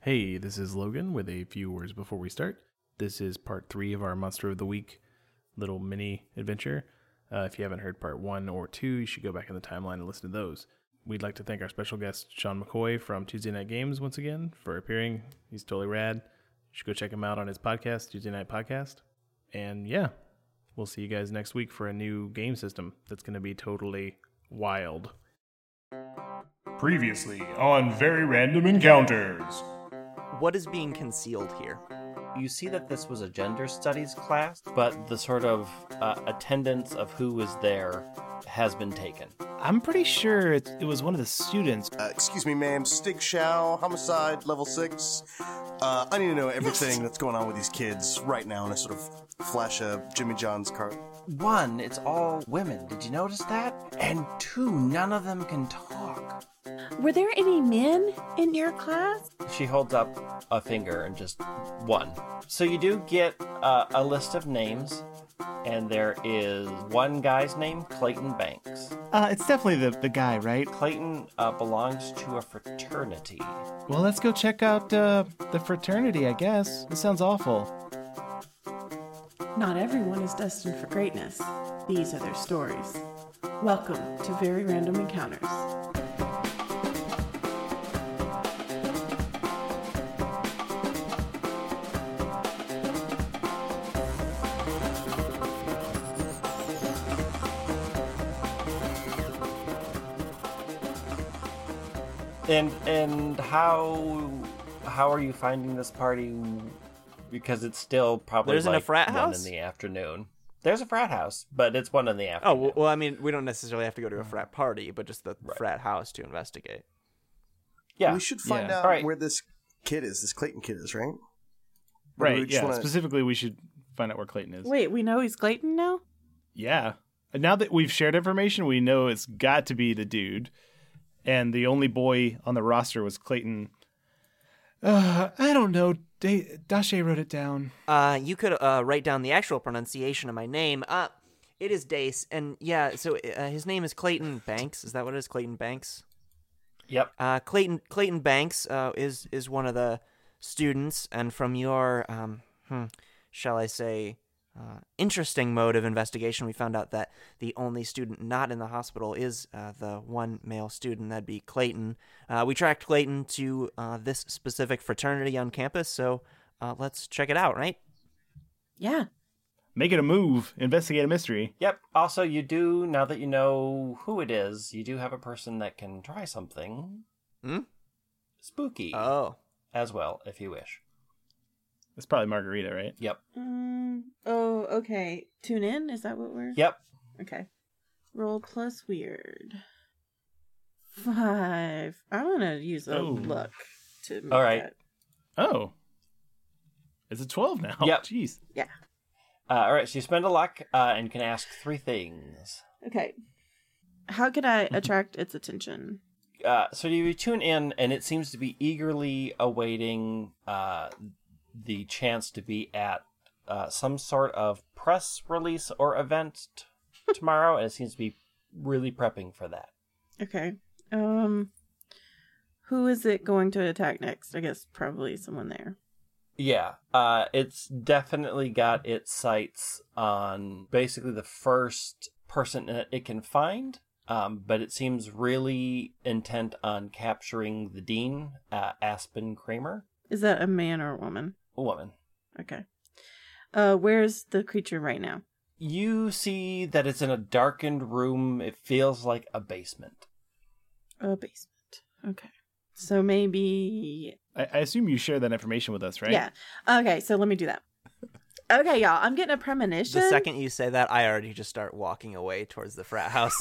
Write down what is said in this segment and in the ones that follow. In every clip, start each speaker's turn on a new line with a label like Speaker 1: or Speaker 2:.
Speaker 1: Hey, this is Logan with a few words before we start. This is part three of our Monster of the Week little mini adventure. Uh, if you haven't heard part one or two, you should go back in the timeline and listen to those. We'd like to thank our special guest, Sean McCoy from Tuesday Night Games, once again for appearing. He's totally rad. You should go check him out on his podcast, Tuesday Night Podcast. And yeah, we'll see you guys next week for a new game system that's going to be totally wild.
Speaker 2: Previously on Very Random Encounters.
Speaker 3: What is being concealed here?
Speaker 4: you see that this was a gender studies class, but the sort of uh, attendance of who was there has been taken.
Speaker 5: I'm pretty sure it, it was one of the students.
Speaker 6: Uh, excuse me, ma'am. Stig Shao, homicide, level six. Uh, I need to know everything that's going on with these kids right now, and I sort of flash a Jimmy John's card.
Speaker 4: One, it's all women. Did you notice that? And two, none of them can talk.
Speaker 7: Were there any men in your class?
Speaker 4: She holds up a finger and just one. So you do get uh, a list of names, and there is one guy's name, Clayton Banks.
Speaker 5: Uh, it's definitely the, the guy, right?
Speaker 4: Clayton uh, belongs to a fraternity.
Speaker 5: Well, let's go check out uh, the fraternity, I guess. This sounds awful.
Speaker 7: Not everyone is destined for greatness. These are their stories. Welcome to Very Random Encounters.
Speaker 4: And and how how are you finding this party? Because it's still probably
Speaker 3: There isn't a
Speaker 4: like
Speaker 3: frat
Speaker 4: one
Speaker 3: house?
Speaker 4: in the afternoon. There's a frat house, but it's one in the
Speaker 3: Oh,
Speaker 4: afternoon.
Speaker 3: well, well, I mean, we don't necessarily have to go to a frat party, but just the frat house to investigate.
Speaker 4: yeah.
Speaker 6: We should find
Speaker 5: Yeah.
Speaker 6: out
Speaker 4: All right.
Speaker 6: where this kid is, this Clayton kid is, right? Or do we
Speaker 5: Right,
Speaker 6: just
Speaker 5: yeah.
Speaker 6: wanna-
Speaker 5: Specifically, we should find out where Clayton is.
Speaker 7: Wait, we know he's Clayton now?
Speaker 5: Yeah. And now that we've shared information, we know it's got to be the dude. And the only boy on the roster was Clayton. Uh, I don't know. Da- Dashe wrote it down.
Speaker 3: Uh, you could uh, write down the actual pronunciation of my name. Uh, it is Dace, and yeah, so uh, his name is Clayton Banks. Is that what it is? Clayton Banks.
Speaker 4: Yep.
Speaker 3: Uh, Clayton Clayton Banks uh, is is one of the students, and from your um, hmm, shall I say, uh, interesting mode of investigation, we found out that the only student not in the hospital is uh, the one male student. That'd be Clayton. Uh, we tracked Clayton to uh, this specific fraternity on campus, so uh, let's check it out, right?
Speaker 7: Yeah.
Speaker 5: Make it a move. Investigate a mystery.
Speaker 4: Yep. Also, you do now that you know who it is. You do have a person that can try something
Speaker 3: Hmm?
Speaker 4: spooky
Speaker 3: Oh,
Speaker 4: as well, if you wish.
Speaker 5: It's probably Margarita, right?
Speaker 4: Yep.
Speaker 7: Mm, oh, okay. Tune in? Is that what we're.
Speaker 4: Yep.
Speaker 7: Okay. Roll plus weird. Five. I want to use a
Speaker 5: Oh.
Speaker 7: luck to. Make
Speaker 4: All right.
Speaker 7: that.
Speaker 5: Oh. It's a 12 now.
Speaker 4: Yep.
Speaker 5: Jeez.
Speaker 4: Uh, all right. So you spend a luck uh, and can ask three things.
Speaker 7: Okay. How can I attract its attention?
Speaker 4: uh, so you tune in, and it seems to be eagerly awaiting uh, the chance to be at uh, some sort of press release or event t- tomorrow, and it seems to be really prepping for that.
Speaker 7: Okay. Um. Who is it going to attack next? I guess probably someone there.
Speaker 4: Yeah, uh, it's definitely got its sights on basically the first person that it can find, um, but it seems really intent on capturing the dean, uh, Aspen Kramer,
Speaker 7: Is that a man or a woman?
Speaker 4: a woman.
Speaker 7: Okay. Uh, where's the creature right now?
Speaker 4: You see that it's in a darkened room. It feels like a basement.
Speaker 7: A basement. Okay. So maybe.
Speaker 5: I, I assume you share that information with us, right?
Speaker 7: Yeah. Okay. So let me do that. Okay, y'all. I'm getting a premonition.
Speaker 3: the second you say that, I already just start walking away towards the frat house.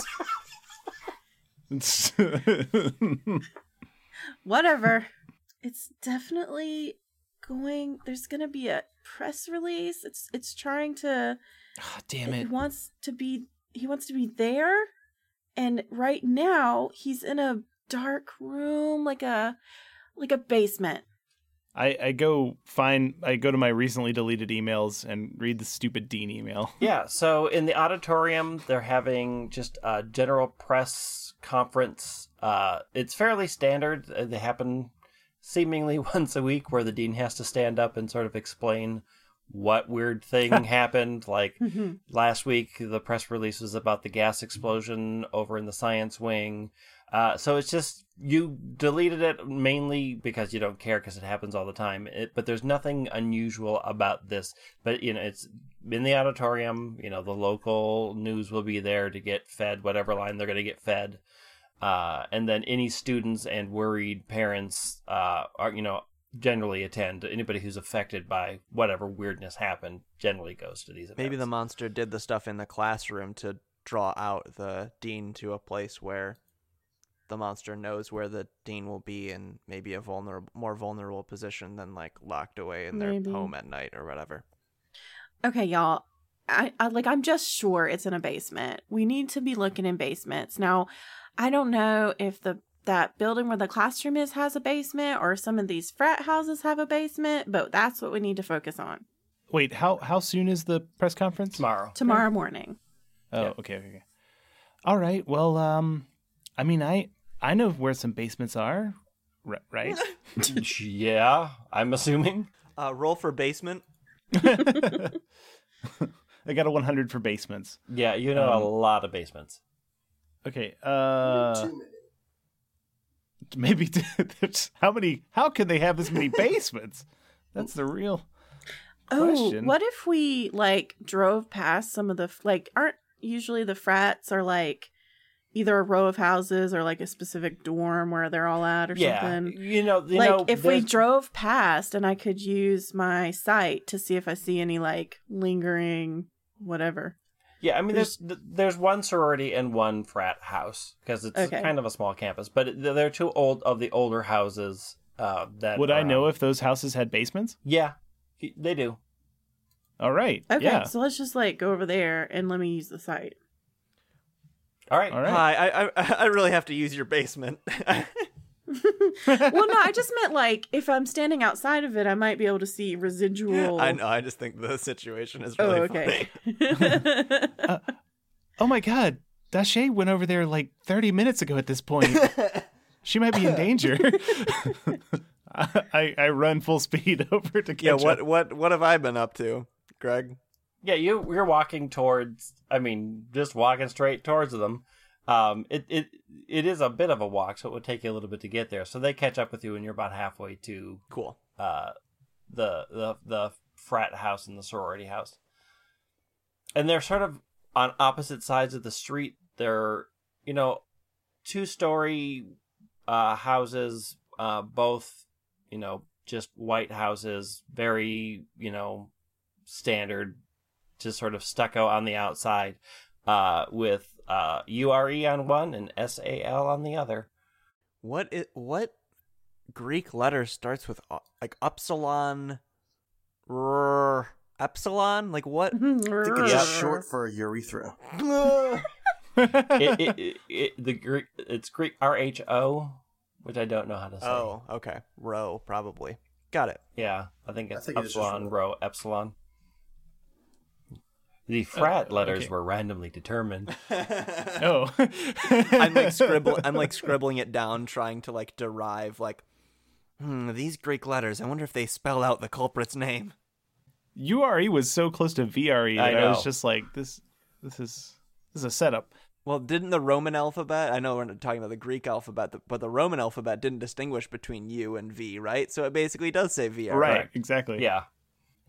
Speaker 7: Whatever. it's definitely going. There's gonna be a press release. It's it's trying to.
Speaker 5: Ah, damn
Speaker 7: He
Speaker 5: it.
Speaker 7: wants to be he wants to be there and right now he's in a dark room like a like a basement.
Speaker 5: I, I go find I go to my recently deleted emails and read the stupid Dean email.
Speaker 4: Yeah, so in the auditorium, they're having just a general press conference. Uh, it's fairly standard. Uh, They happen seemingly once a week where the dean has to stand up and sort of explain what weird thing happened. Like
Speaker 7: Mm-hmm.
Speaker 4: last week, the press release was about the gas explosion over in the science wing. Uh, so it's just you deleted it mainly because you don't care because it happens all the time. It, but there's nothing unusual about this. But you know, it's in the auditorium. You know, the local news will be there to get fed whatever line they're going to get fed. Uh, and then any students and worried parents uh, are you know generally attend. Anybody who's affected by whatever weirdness happened generally goes to these events.
Speaker 3: Maybe the monster did the stuff in the classroom to draw out the dean to a place where the monster knows where the dean will be in maybe a vulnerable, more vulnerable position than like locked away in their
Speaker 7: Maybe.
Speaker 3: home at night or whatever.
Speaker 7: Okay, y'all. I, I like I'm just sure it's in a basement. We need to be looking in basements. Now, I don't know if the that building where the classroom is has a basement or some of these frat houses have a basement, but that's what we need to focus on
Speaker 5: Wait, how how soon is the press conference?
Speaker 4: tomorrow.
Speaker 7: tomorrow morning.
Speaker 5: Oh, okay, okay, okay. All right. Well, um, I mean, I I know where some basements are, ri- right?
Speaker 4: yeah, I'm assuming.
Speaker 3: Uh, roll for basement.
Speaker 5: I got a 100 for basements.
Speaker 4: Yeah, you know
Speaker 7: Um,
Speaker 4: a lot of basements.
Speaker 5: Okay. Uh, maybe t- there's- how many? How can they have as many basements? That's the real. Question.
Speaker 7: Oh, what if we like drove past some of the f- like aren't usually the frats are like either a row of houses or like a specific dorm where they're all at or
Speaker 4: yeah,
Speaker 7: something.
Speaker 4: you know, you
Speaker 7: like
Speaker 4: know,
Speaker 7: if we
Speaker 4: there's-
Speaker 7: drove past and I could use my sight to see if I see any like lingering whatever.
Speaker 4: Yeah, I mean, there's there's one sorority and one frat house because it's
Speaker 7: Okay.
Speaker 4: kind of a small campus, but it- they're two old of the older houses uh, that
Speaker 5: Would I know
Speaker 4: if?
Speaker 5: if those houses had basements?
Speaker 4: Yeah, y- they do.
Speaker 5: All right.
Speaker 7: Okay,
Speaker 5: yeah.
Speaker 7: so let's just like go over there and let me use the sight.
Speaker 4: All right.
Speaker 5: All right.
Speaker 3: Hi, I, I I really have to use your basement.
Speaker 7: well, no, I just meant like if I'm standing outside of it, I might be able to see residual.
Speaker 3: I know. I just think the situation is
Speaker 7: Oh,
Speaker 3: really
Speaker 7: okay.
Speaker 3: funny.
Speaker 5: Oh my God, Dashe went over there like 30 minutes ago. At this point, she might be in danger. I, I I run full speed over to catch
Speaker 3: Yeah. What
Speaker 5: up.
Speaker 3: what what have I been up to, Greg?
Speaker 4: Yeah, you you're walking towards. I mean, just walking straight towards them. Um, it it it is a bit of a walk, so it would take you a little bit to get there. So they catch up with you, and you're about halfway to
Speaker 3: Cool.
Speaker 4: uh the the the frat house and the sorority house. And they're sort of on opposite sides of the street. They're, you know, two story uh houses, uh both, you know, just white houses, very, you know, standard just sort of stucco on the outside, uh with uh URE on one and SAL on the other.
Speaker 3: What is what Greek letter starts with uh, like upsilon, r epsilon? Like what?
Speaker 7: Mm-hmm.
Speaker 6: I think it's just short for urethra.
Speaker 4: it, it, it, it, the Greek, it's Greek R H O, which I don't know how to say.
Speaker 3: oh, okay. Row probably. Got it.
Speaker 4: yeah, I think it's
Speaker 6: think it's just
Speaker 4: epsilon
Speaker 6: one.
Speaker 4: rho epsilon. The frat letters
Speaker 5: okay.
Speaker 4: were randomly determined.
Speaker 5: Oh,
Speaker 3: I'm like scribbling. I'm like scribbling it down, trying to like derive like. Hmm, these Greek letters. I wonder if they spell out the culprit's name.
Speaker 5: URE E was so close to VRE
Speaker 4: I
Speaker 5: that I,
Speaker 4: know.
Speaker 5: was just like, this, this is this is a setup.
Speaker 3: Well, didn't the Roman alphabet? I know we're not talking about the Greek alphabet, th- but the Roman alphabet didn't distinguish between U and V, right? So it basically does say V.
Speaker 5: right, exactly.
Speaker 4: yeah,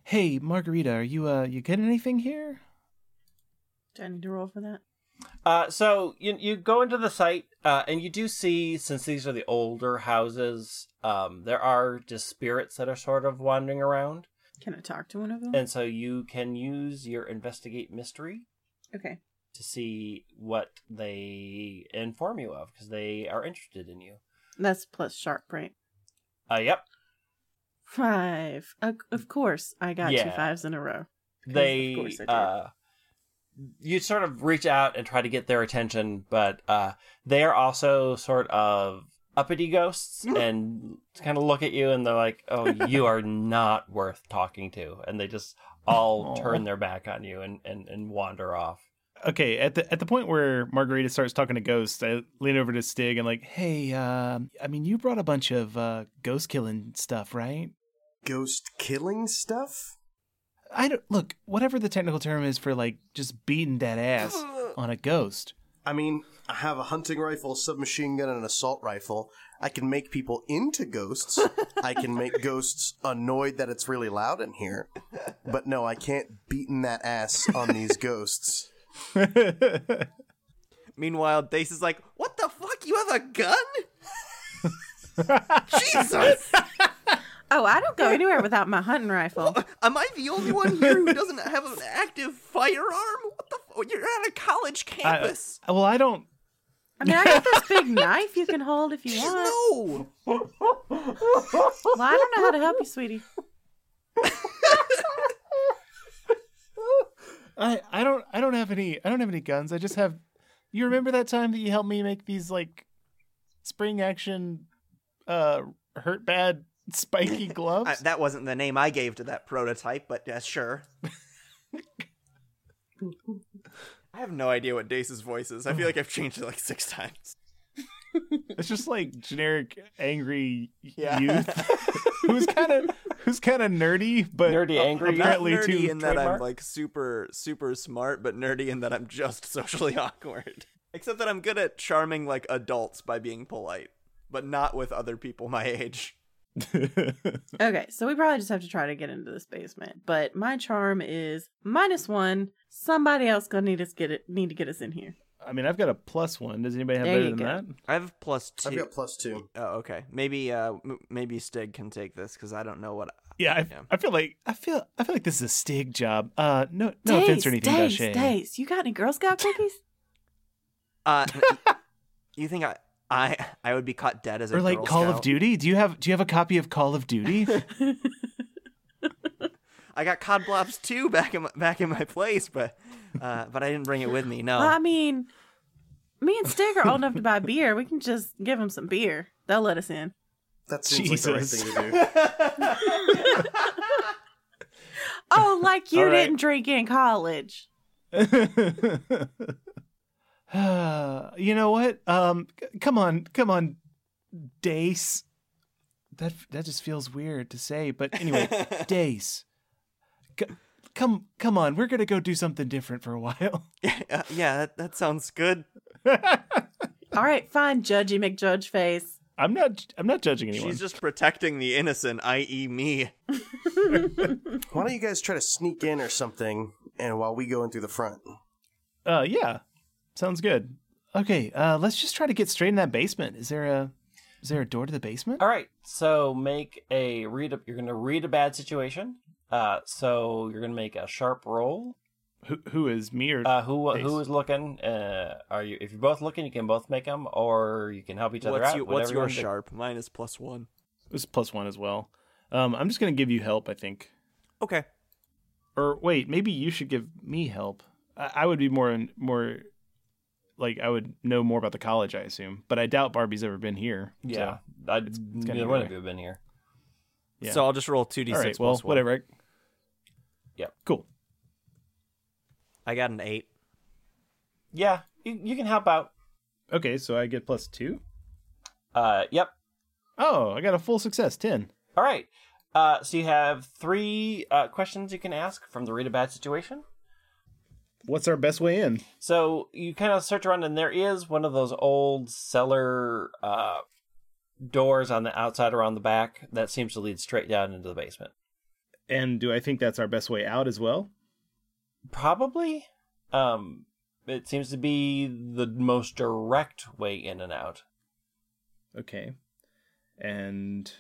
Speaker 5: Hey, Margarita, are you uh you getting anything here?
Speaker 7: Do I need to roll for that?
Speaker 4: Uh, so you you go into the site uh, and you do see since these are the older houses, um, there are just spirits that are sort of wandering around,
Speaker 7: Can I talk to one of them?
Speaker 4: and so you can use your investigate mystery
Speaker 7: okay.
Speaker 4: to see what they inform you of because they are interested in you.
Speaker 7: That's plus sharp, right?
Speaker 4: Uh, yep.
Speaker 7: Five. Uh, of course, I got two
Speaker 4: Yeah.
Speaker 7: fives in a row. 'Cause
Speaker 4: They,
Speaker 7: of course I did.
Speaker 4: uh, you sort of reach out and try to get their attention, but uh, they are also sort of uppity ghosts and kind of look at you and they're like, "Oh, you are not worth talking to," and they just all
Speaker 5: Aw.
Speaker 4: turn their back on you and and, and wander off.
Speaker 5: okay at the at the point where margarita starts talking to ghosts i lean over to stig and like hey um i mean you brought a bunch of uh ghost killing stuff right
Speaker 6: Ghost killing stuff?
Speaker 5: i don't look whatever the technical term is for like just beating that ass on a ghost
Speaker 6: I mean, I have a hunting rifle, a submachine gun, and an assault rifle. I can make people into ghosts. I can make ghosts annoyed that it's really loud in here. But no, I can't beaten that ass on these ghosts.
Speaker 5: Uh,
Speaker 3: Meanwhile, Dace is like, "What the fuck? You have a gun? Jesus!
Speaker 7: Oh, I don't go anywhere without my hunting rifle.
Speaker 3: Am I the only one here who doesn't have an active firearm? What the? F- You're at a college
Speaker 5: I,
Speaker 3: campus.
Speaker 5: well i don't
Speaker 7: I mean, I got this big knife you can hold if you want.
Speaker 3: no.
Speaker 7: Well, I don't know how to help you, sweetie.
Speaker 5: I, I don't I don't have any I don't have any guns. I just have you remember that time that you helped me make these like spring action uh hurt bad spiky gloves?
Speaker 3: I, that wasn't the name I gave to that prototype, but uh, sure. I have no idea what Dace's voice is. I feel like I've changed it like six times.
Speaker 5: it's just like generic angry
Speaker 3: Yeah.
Speaker 5: youth who's kind of who's kind of nerdy but
Speaker 4: Nerdy, angry.
Speaker 3: Not
Speaker 5: apparently
Speaker 3: nerdy
Speaker 5: too
Speaker 3: in that I'm
Speaker 4: trademark?
Speaker 3: like super, super smart, but nerdy in that I'm just socially awkward. Except that I'm good at charming like adults by being polite, but not with other people my age.
Speaker 7: Okay, so we probably just have to try to get into this basement. But my charm is minus one. Somebody else gonna need us get it. Need to get us in here.
Speaker 5: I mean, I've got a plus 1. Does anybody have
Speaker 7: There
Speaker 5: better
Speaker 7: you
Speaker 5: than
Speaker 7: go.
Speaker 5: that?
Speaker 3: I have plus two.
Speaker 6: I've got plus two.
Speaker 3: oh, okay. Maybe, uh, m- maybe Stig can take this because I don't know what.
Speaker 5: Yeah, I,
Speaker 3: Yeah.
Speaker 5: I feel like I feel I feel like this is a stig job. Uh no no offense or anything,
Speaker 7: Days,
Speaker 5: Dashay.
Speaker 7: Days, you got any Girl Scout cookies?
Speaker 3: Uh, you think I, I, I would be caught dead as a
Speaker 5: Or like
Speaker 3: Girl
Speaker 5: Call of
Speaker 3: Scout?
Speaker 5: Duty? Do you have do you have a copy of Call of Duty?
Speaker 3: I got cod blobs too back in my, back in my place, but uh, but I didn't bring it with me.
Speaker 5: Oh.
Speaker 3: No,
Speaker 7: Well, I mean, me and Stig are old enough to buy beer. We can just give them some beer. They'll let us in.
Speaker 6: That seems
Speaker 5: Jesus.
Speaker 6: like the right thing to do.
Speaker 7: Oh, like you
Speaker 5: All right.
Speaker 7: didn't drink in college.
Speaker 5: you know what? Um, c- come on, come on, Dace. That that just feels weird to say, but anyway, Dace, c- come come on, we're gonna go do something different for a while.
Speaker 3: Uh, yeah, that, that sounds good.
Speaker 7: All right, fine, Judgy McJudge face.
Speaker 5: I'm not I'm not judging
Speaker 3: She's just protecting the innocent, i.e., me.
Speaker 6: Why don't you guys try to sneak in or something, and while we go in through the front?
Speaker 5: Uh, yeah, sounds good. Okay, uh, let's just try to get straight in that basement. Is there a is there a door to the basement?
Speaker 4: All right. So make a read. A, you're going to read a bad situation. Uh, so you're going to make a sharp roll.
Speaker 5: Who who is me or
Speaker 4: Uh, who who
Speaker 5: Nice.
Speaker 4: is looking? Uh, are you? If you're both looking, you can both make them, or you can help each other
Speaker 3: What's,
Speaker 4: out.
Speaker 3: you,
Speaker 4: whatever
Speaker 3: what's
Speaker 4: you
Speaker 3: your
Speaker 4: wanna do.
Speaker 3: sharp? Mine is plus one.
Speaker 5: it's plus one as well? Um, I'm just gonna give you help. I think.
Speaker 3: Okay.
Speaker 5: or wait, maybe you should give me help. I, I would be more in, more like I would know more about the college, I assume. But I doubt Barbie's ever been here. so-
Speaker 4: Yeah, I
Speaker 5: be
Speaker 4: neither one of you have been here.
Speaker 5: Yeah.
Speaker 3: So I'll just roll 2d6
Speaker 5: All right. Well,
Speaker 3: plus one.
Speaker 5: whatever. I-
Speaker 4: Yep.
Speaker 5: Cool.
Speaker 3: I got an eight.
Speaker 4: Yeah, you, you can help out.
Speaker 5: Okay, so I get plus two.
Speaker 4: Uh, yep.
Speaker 5: Oh, I got a full success, ten.
Speaker 4: All right. Uh, so you have three uh, questions you can ask from the read a bad situation.
Speaker 5: What's our best way in?
Speaker 4: So you kind of search around, and there is one of those old cellar uh, doors on the outside around the back that seems to lead straight down into the basement.
Speaker 5: And do I think that's our best way out as well?
Speaker 4: Probably. Um, it seems to be the most direct way in and out.
Speaker 5: Okay. And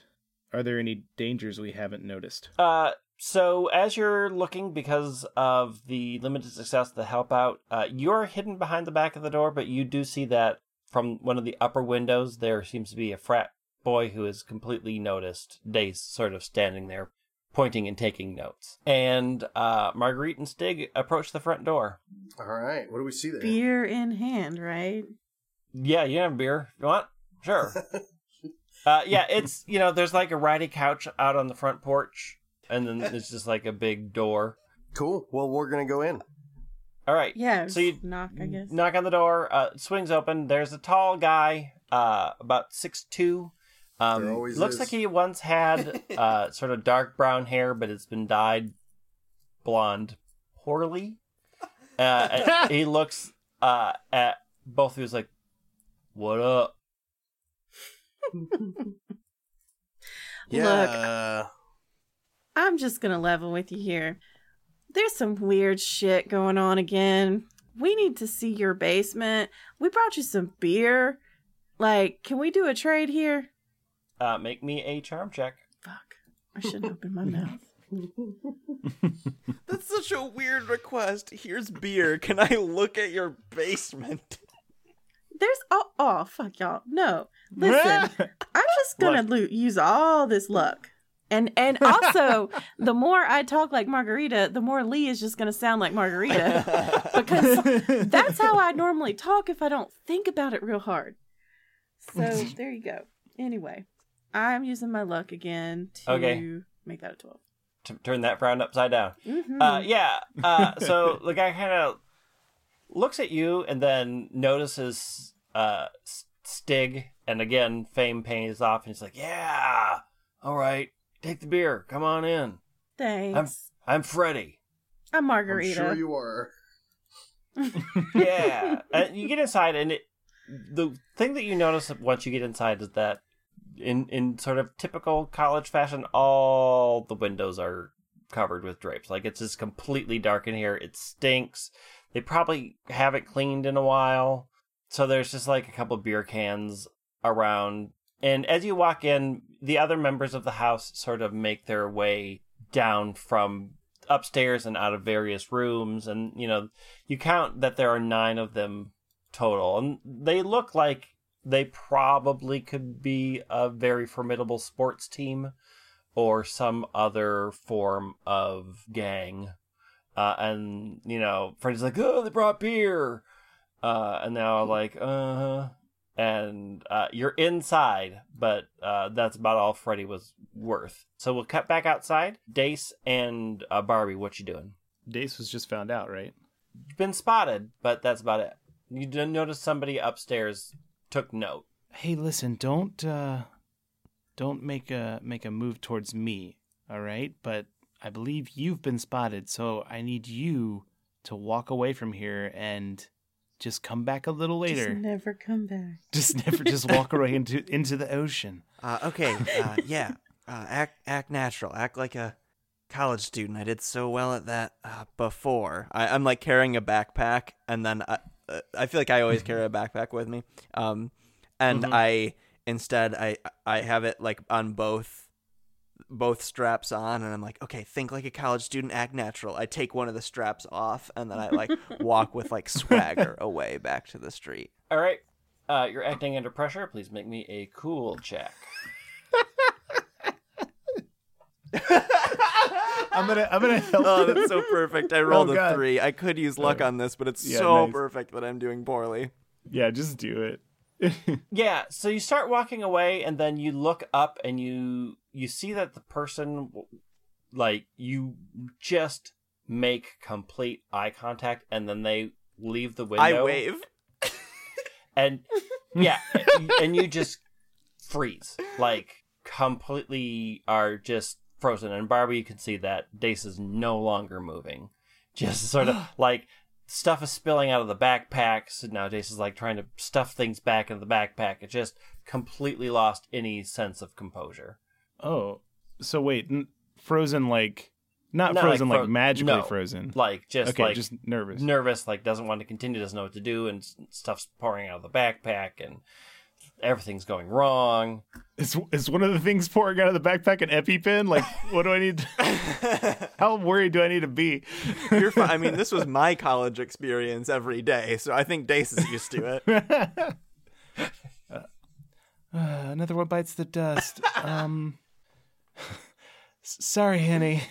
Speaker 5: are there any dangers we haven't noticed?
Speaker 4: Uh, so as you're looking because of the limited success of the help out, uh, you're hidden behind the back of the door, but you do see that from one of the upper windows there seems to be a frat boy who is completely noticed. Days sort of standing there, pointing and taking notes. And uh, Marguerite and Stig approach the front door.
Speaker 6: All right, what do we see there?
Speaker 7: Beer in hand, right?
Speaker 4: Yeah, you have a beer. You want? Sure. uh, yeah, it's you know there's like a riding couch out on the front porch, and then it's just like a big door.
Speaker 6: Cool. Well, we're gonna go in.
Speaker 4: All right.
Speaker 7: Yeah.
Speaker 4: So you
Speaker 7: knock, I guess.
Speaker 4: knock on the door. Uh, swings open. There's a tall guy, uh, about six two. Um,
Speaker 6: There always
Speaker 4: looks
Speaker 6: is.
Speaker 4: like he once had uh, sort of dark brown hair, but it's been dyed blonde poorly. Uh, and he looks uh, at both of you. He's like, "What up?"
Speaker 6: Yeah.
Speaker 7: I'm just gonna level with you here. There's some weird shit going on again. We need to see your basement. We brought you some beer. Like, can we do a trade here?
Speaker 4: Uh, make me a charm check.
Speaker 7: Fuck. I shouldn't open my mouth.
Speaker 3: That's such a weird request. Here's beer. Can I look at your basement?
Speaker 7: There's oh, oh fuck y'all. No. Listen, I'm just gonna loot, use all this luck. And and also, the more I talk like Margarita, the more Lee is just gonna sound like Margarita. because that's how I normally talk if I don't think about it real hard. So there you go. Anyway, I'm using my luck again to
Speaker 4: Okay.
Speaker 7: make that a 12.
Speaker 4: to turn that frown upside down.
Speaker 7: Mhm.
Speaker 4: Uh, yeah. Uh, so the guy kind of looks at you and then notices uh, S- Stig, and again, fame pays off, and he's like, "Yeah, all right, take the beer. Come on in. I'm
Speaker 7: Thanks.
Speaker 4: I'm Freddy.
Speaker 7: I'm,
Speaker 6: I'm
Speaker 7: Margarita.
Speaker 6: sure you are.
Speaker 4: Yeah." and you get inside, and it, the thing that you notice once you get inside is that. In in sort of typical college fashion, all the windows are covered with drapes. Like it's just completely dark in here. It stinks. They probably haven't cleaned in a while. So there's just like a couple beer cans around. And as you walk in, the other members of the house sort of make their way down from upstairs and out of various rooms. And, you know, you count that there are nine of them total. And they look like they probably could be a very formidable sports team or some other form of gang. Uh, and you know, Freddy's like, "Oh, they brought beer," uh, and now like, "Uh," and uh, you're inside, but uh, that's about all Freddy was worth. So we'll cut back outside. Dace and uh, Barbie, what you doing?
Speaker 5: Dace was just found out, right?
Speaker 4: You've been spotted, but that's about it. You didn't notice somebody upstairs took note.
Speaker 5: Hey, listen, don't uh don't make a make a move towards me, all right? But I believe you've been spotted, so I need you to walk away from here and just come back a little
Speaker 7: Just
Speaker 5: later.
Speaker 7: never come back.
Speaker 5: Just, never just walk away into into the ocean.
Speaker 3: Uh, okay. Uh, yeah. Uh, act act natural. Act like a college student. I did so well at that uh, before. I, I'm like carrying a backpack, and then I, uh, I feel like I always carry a backpack with me. Um, and I instead I I have it like on both both straps on and I'm like, okay, think like a college student, act natural. I take one of the straps off and then I like walk with like swagger away back to the street.
Speaker 4: All right, uh, you're acting under pressure. Please make me a cool check.
Speaker 5: I'm gonna I'm gonna help
Speaker 3: Oh, that's so perfect. I rolled
Speaker 5: Oh,
Speaker 3: a
Speaker 5: God.
Speaker 3: three. I could use luck on this, but it's
Speaker 5: Yeah,
Speaker 3: so
Speaker 5: nice.
Speaker 3: perfect that I'm doing poorly.
Speaker 5: Yeah, just do it.
Speaker 4: Yeah, so you start walking away and then you look up and you you see that the person like you just make complete eye contact and then they leave the window.
Speaker 3: I wave.
Speaker 4: And yeah, and you just freeze. Like completely are just frozen and Barbie you can see that Dace is no longer moving. Just sort of like stuff is spilling out of the backpacks and now Dace is like trying to stuff things back in the backpack. It just completely lost any sense of composure.
Speaker 5: Oh, so wait, n- frozen like not,
Speaker 4: Not like
Speaker 5: frozen like,
Speaker 4: fro-
Speaker 5: magically
Speaker 4: no.
Speaker 5: frozen.
Speaker 4: Like just
Speaker 5: okay,
Speaker 4: like
Speaker 5: just nervous.
Speaker 4: nervous, like doesn't want to continue, doesn't know what to do, and s- stuff's pouring out of the backpack and everything's going wrong.
Speaker 5: Is is one of the things pouring out of the backpack an EpiPen? Like, what do I need? how worried do I need to be?
Speaker 3: You're fine. I mean, this was my college experience every day, so I think Dace is used to it.
Speaker 5: Uh, another one bites the dust. Um, s- sorry, Henny.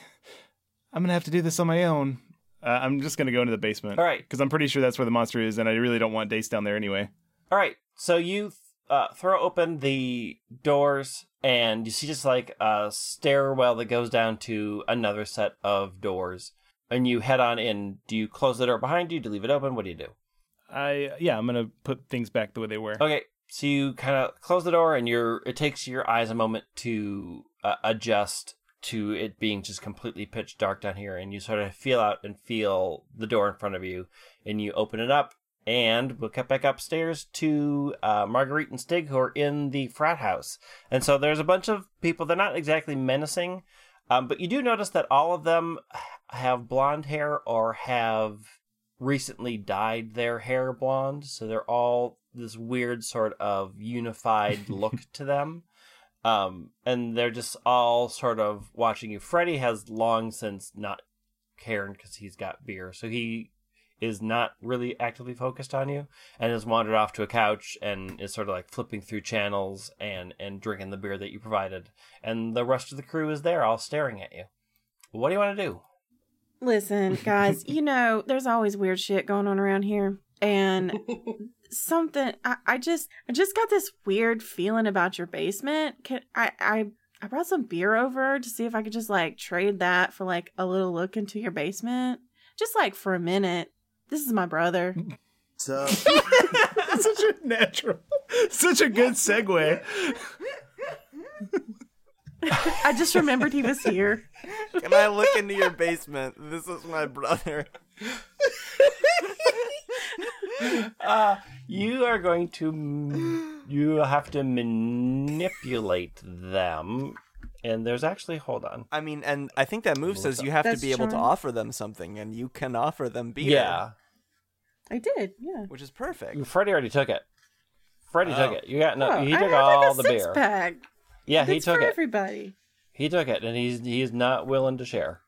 Speaker 5: I'm gonna have to do this on my own. Uh, I'm just gonna go into the basement.
Speaker 4: All right.
Speaker 5: because I'm pretty sure that's where the monster is, and I really don't want Dace down there anyway.
Speaker 4: All right, so you uh, throw open the doors, and you see just like a stairwell that goes down to another set of doors, and you head on in. Do you close the door behind you? Do you leave it open? What do you do?
Speaker 5: I yeah, I'm gonna put things back the way they were.
Speaker 4: Okay, so you kind of close the door, and you're. It takes your eyes a moment to uh, adjust to it being just completely pitch dark down here, and you sort of feel out and feel the door in front of you, and you open it up, and we'll cut back upstairs to uh, Marguerite and Stig, who are in the frat house, and so there's a bunch of people. They're not exactly menacing, um, but you do notice that all of them have blonde hair or have recently dyed their hair blonde, so they're all this weird sort of unified look to them. Um, and they're just all sort of watching you. Freddy has long since not cared because he's got beer, so he is not really actively focused on you and has wandered off to a couch and is sort of like flipping through channels and and drinking the beer that you provided and the rest of the crew is there all staring at you what do you want to do
Speaker 7: Listen, guys, you know, there's always weird shit going on around here. And something I, I just I just got this weird feeling about your basement. Can I, I I brought some beer over to see if I could just like trade that for like a little look into your basement. Just like for a minute. This is my brother.
Speaker 6: So
Speaker 5: such a natural, such a good segue.
Speaker 7: I just remembered he was here.
Speaker 3: Can I look into your basement? This is my brother.
Speaker 4: uh you are going to m- you have to manipulate them and there's actually hold on
Speaker 3: I mean, and I think that move says you have
Speaker 7: That's
Speaker 3: to be able to
Speaker 7: charming.
Speaker 3: offer them something, and you can offer them beer.
Speaker 4: yeah
Speaker 7: I did, yeah.
Speaker 3: Which is perfect.
Speaker 4: Freddie already took it. Freddie
Speaker 3: Oh.
Speaker 4: took it. You got no.
Speaker 7: Oh,
Speaker 4: Uh, he
Speaker 7: I
Speaker 4: took
Speaker 7: have,
Speaker 4: all
Speaker 7: like a
Speaker 4: the
Speaker 7: six
Speaker 4: beer.
Speaker 7: Pack.
Speaker 4: Yeah, he
Speaker 7: That's
Speaker 4: took
Speaker 7: for
Speaker 4: it.
Speaker 7: everybody.
Speaker 4: He took it, and he's he's not willing to share.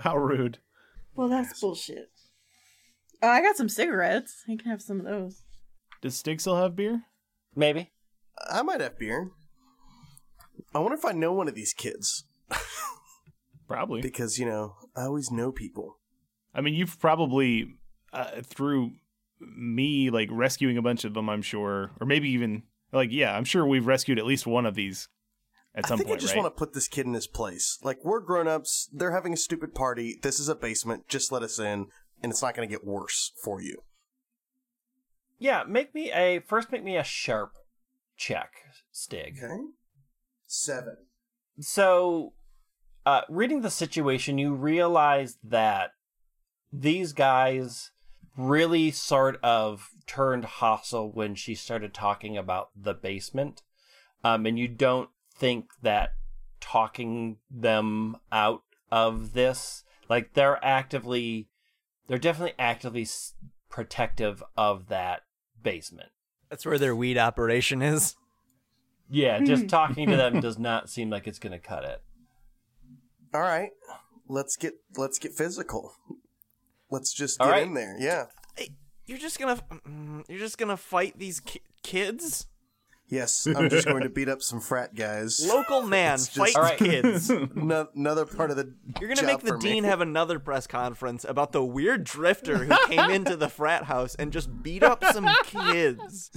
Speaker 5: How rude.
Speaker 7: Well, that's bullshit. Oh, I got some cigarettes. You can have some of those.
Speaker 5: Does Stig still have beer?
Speaker 4: Maybe.
Speaker 6: I might have beer. I wonder if I know one of these kids
Speaker 5: Probably.
Speaker 6: because you know I always know people.
Speaker 5: I mean, you've probably uh, through me like rescuing a bunch of them. I'm sure, or maybe even like yeah, I'm sure we've rescued at least one of these at
Speaker 6: I
Speaker 5: some
Speaker 6: think
Speaker 5: point,
Speaker 6: I just
Speaker 5: right?
Speaker 6: want to put this kid in his place. Like we're grown ups. They're having a stupid party. This is a basement. Just let us in, and it's not going to get worse for you.
Speaker 4: Yeah, make me a first. Make me a sharp check, Stig.
Speaker 6: Okay. Seven.
Speaker 4: So, uh, reading the situation, you realize that these guys really sort of turned hostile when she started talking about the basement. Um, and you don't think that talking them out of this, like they're actively, they're definitely actively s- protective of that basement.
Speaker 3: That's where their weed operation is.
Speaker 4: Yeah, just talking to them does not seem like it's going to cut it.
Speaker 6: All right. Let's get let's get physical. Let's just
Speaker 4: All
Speaker 6: get
Speaker 4: right.
Speaker 6: in there. Yeah.
Speaker 3: You're just gonna, mm, you're just gonna fight these ki- kids.
Speaker 6: Yes, I'm just going to beat up some frat guys.
Speaker 3: Local man
Speaker 6: It's just-
Speaker 3: fights
Speaker 4: All right.
Speaker 3: kids.
Speaker 6: No- another part of the
Speaker 3: You're gonna
Speaker 6: job
Speaker 3: make the
Speaker 6: for me.
Speaker 3: dean have another press conference about the weird drifter who came into the frat house and just beat up some kids.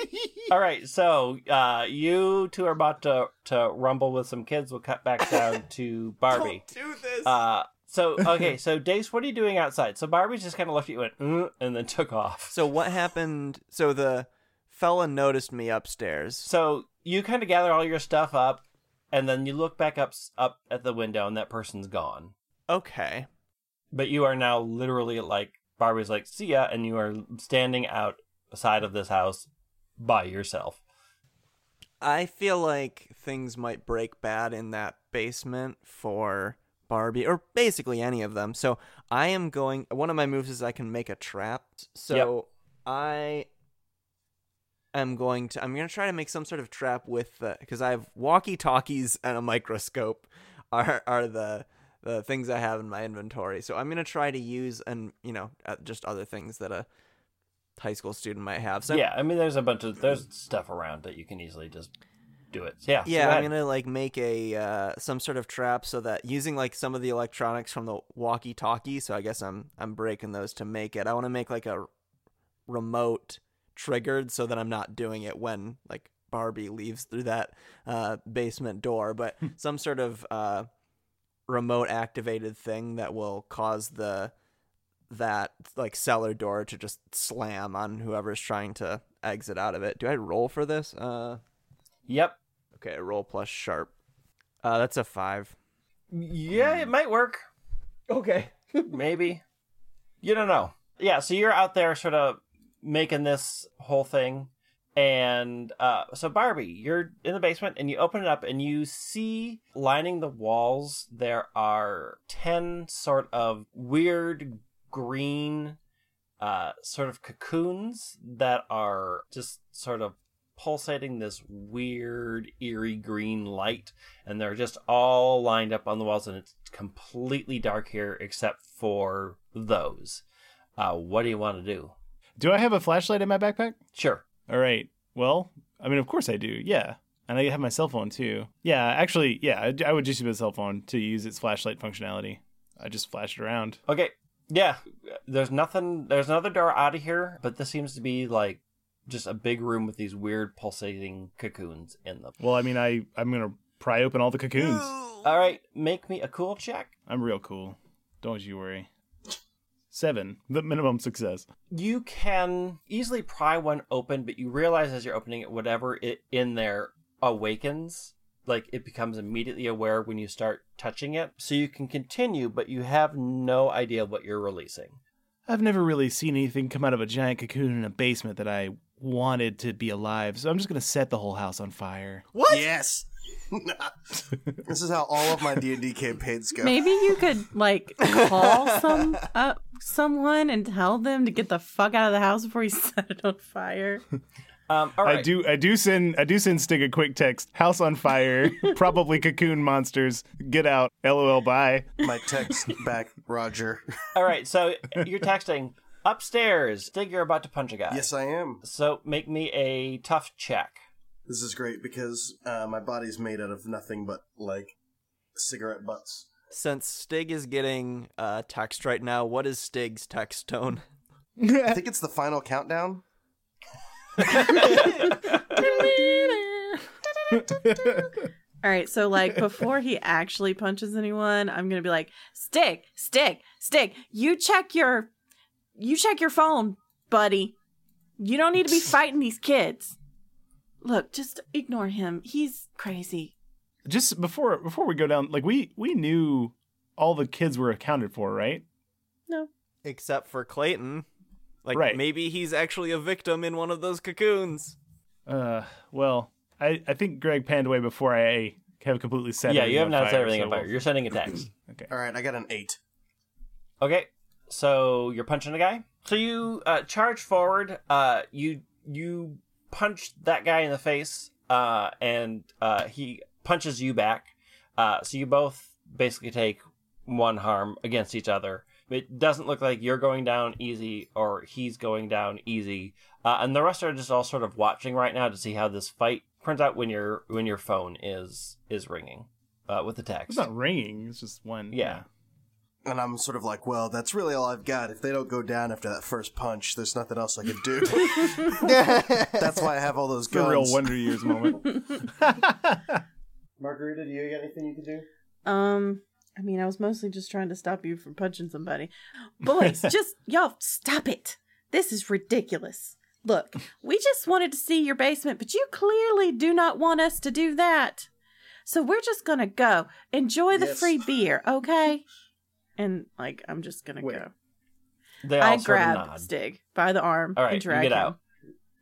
Speaker 4: All right, so uh, you two are about to to rumble with some kids. We'll cut back down to Barbie.
Speaker 3: Don't do this.
Speaker 4: Uh, so okay, so Dace, what are you doing outside? So Barbie just kind of looked at you and went, "Mm," and then took off.
Speaker 3: so what happened? So the fella noticed me upstairs.
Speaker 4: So you kind of gather all your stuff up, and then you look back up up at the window, and that person's gone.
Speaker 3: Okay.
Speaker 4: But you are now literally like Barbie's like, "See ya," and you are standing outside of this house by yourself.
Speaker 3: I feel like things might break bad in that basement for Barbie or basically any of them. So I am going one of my moves is I can make a trap. So I am going to I'm going to try to make some sort of trap with the cuz I have walkie-talkies and a microscope are are the the things I have in my inventory. So I'm going to try to use and, you know, uh, just other things that a high school student might have. So I'm
Speaker 4: yeah, I mean, there's a bunch of there's stuff around that you can easily just do it. Yeah, so
Speaker 3: Yeah,
Speaker 4: go
Speaker 3: I'm
Speaker 4: ahead.
Speaker 3: gonna like make a uh, some sort of trap so that using like some of the electronics from the walkie-talkie. So I guess I'm I'm breaking those to make it. I want to make like a r- remote triggered so that I'm not doing it when like
Speaker 4: Hmm.
Speaker 3: Barbie leaves through that uh, basement door, but some sort of uh, remote activated thing that will cause the that like cellar door to just slam on whoever's trying to exit out of it. Do I roll for this? Uh
Speaker 4: Yep.
Speaker 3: okay, I roll plus sharp. Uh that's a 5.
Speaker 4: Yeah, it might work.
Speaker 3: Okay.
Speaker 4: Maybe. You don't know. Yeah, so you're out there sort of making this whole thing. And uh, so, Barbie, you're in the basement and you open it up and you see lining the walls, there are 10 sort of weird green uh, sort of cocoons that are just sort of pulsating this weird, eerie green light and they're just all lined up on the walls, and it's completely dark here except for those. Uh, what do you want to do?
Speaker 5: Do I have a flashlight in my backpack?
Speaker 4: Sure.
Speaker 5: All right. Well, I mean, of course I do. Yeah. And I have my cell phone too. Yeah, actually, yeah, I- I would just use my cell phone to use its flashlight functionality. I just flash it around.
Speaker 4: Okay. Yeah. There's nothing. There's another door out of here, but this seems to be like just a big room with these weird pulsating cocoons in them.
Speaker 5: Well, I mean, I I'm gonna pry open all the cocoons.
Speaker 4: All right. Make me a cool check.
Speaker 5: I'm real cool. Don't you worry. Seven, the minimum success.
Speaker 4: you can easily pry one open, but you realize as you're opening it, whatever it in there awakens, like it becomes immediately aware when you start touching it. So you can continue, but you have no idea what you're releasing.
Speaker 5: I've never really seen anything come out of a giant cocoon in a basement that I wanted to be alive, so I'm just gonna set the whole house on fire.
Speaker 6: What? Yes. this is how all of my D and D campaigns go.
Speaker 7: Maybe you could like call some uh, someone and tell them to get the fuck out of the house before you set it on fire.
Speaker 4: Um, all right.
Speaker 5: I do, I do send, I do send Stig a quick text: "House on fire, probably cocoon monsters. Get out, lol. Bye."
Speaker 6: My text back, Roger.
Speaker 4: All right. So you're texting upstairs. Dig, you're about to punch a guy.
Speaker 6: Yes, I am.
Speaker 4: So make me a tough check.
Speaker 6: This is great because uh, my body's made out of nothing but like cigarette butts.
Speaker 3: Since Stig is getting uh text right now, what is Stig's text tone?
Speaker 4: Uh,
Speaker 6: I think it's the final countdown.
Speaker 7: All right, so like before he actually punches anyone, I'm gonna be like, "Stick, stick, stick. You check your, you check your phone, buddy. You don't need to be fighting these kids. Look, just ignore him. He's crazy.
Speaker 5: Just before, before we go down, like we, we knew all the kids were accounted for, right?
Speaker 7: No,
Speaker 3: Except for Clayton. Like
Speaker 5: Right.
Speaker 3: maybe he's actually a victim in one of those cocoons.
Speaker 5: Uh, well, I, I think Greg panned away before I have completely set.
Speaker 4: yeah,
Speaker 5: everything
Speaker 4: you have
Speaker 5: on
Speaker 4: not set
Speaker 5: fire,
Speaker 4: everything
Speaker 5: so
Speaker 4: on fire. You're sending a text.
Speaker 6: All right, I got an eight.
Speaker 4: Okay, so you're punching a guy. So you uh, charge forward. Uh, you you punch that guy in the face, uh, and uh, he punches you back. Uh, so you both basically take one harm against each other. It doesn't look like you're going down easy or he's going down easy, uh, and the rest are just all sort of watching right now to see how this fight turns out when your when your phone is is ringing uh, with the
Speaker 5: It's
Speaker 4: text.
Speaker 5: not ringing. It's just one. uh,
Speaker 4: Yeah.
Speaker 6: And I'm sort of like, well, that's really all I've got. If they don't go down after that first punch, there's nothing else I can do. that's why I have all those
Speaker 5: It's a
Speaker 6: guns.
Speaker 5: real Wonder Years moment.
Speaker 6: Margarita, do you got anything you can do?
Speaker 7: um, I mean, I was mostly just trying to stop you from punching somebody. Boys, just y'all stop it. This is ridiculous. Look, we just wanted to see your basement, but you clearly do not want us to do that. So we're just gonna go enjoy the
Speaker 6: Yes.
Speaker 7: free beer, okay? And like, I'm just gonna
Speaker 6: Wait.
Speaker 7: go.
Speaker 4: They all
Speaker 7: I
Speaker 4: sort of
Speaker 7: grab
Speaker 4: nod.
Speaker 7: Stig by the arm
Speaker 4: All right,
Speaker 7: and
Speaker 4: you
Speaker 7: drag
Speaker 4: get
Speaker 7: him.
Speaker 4: out.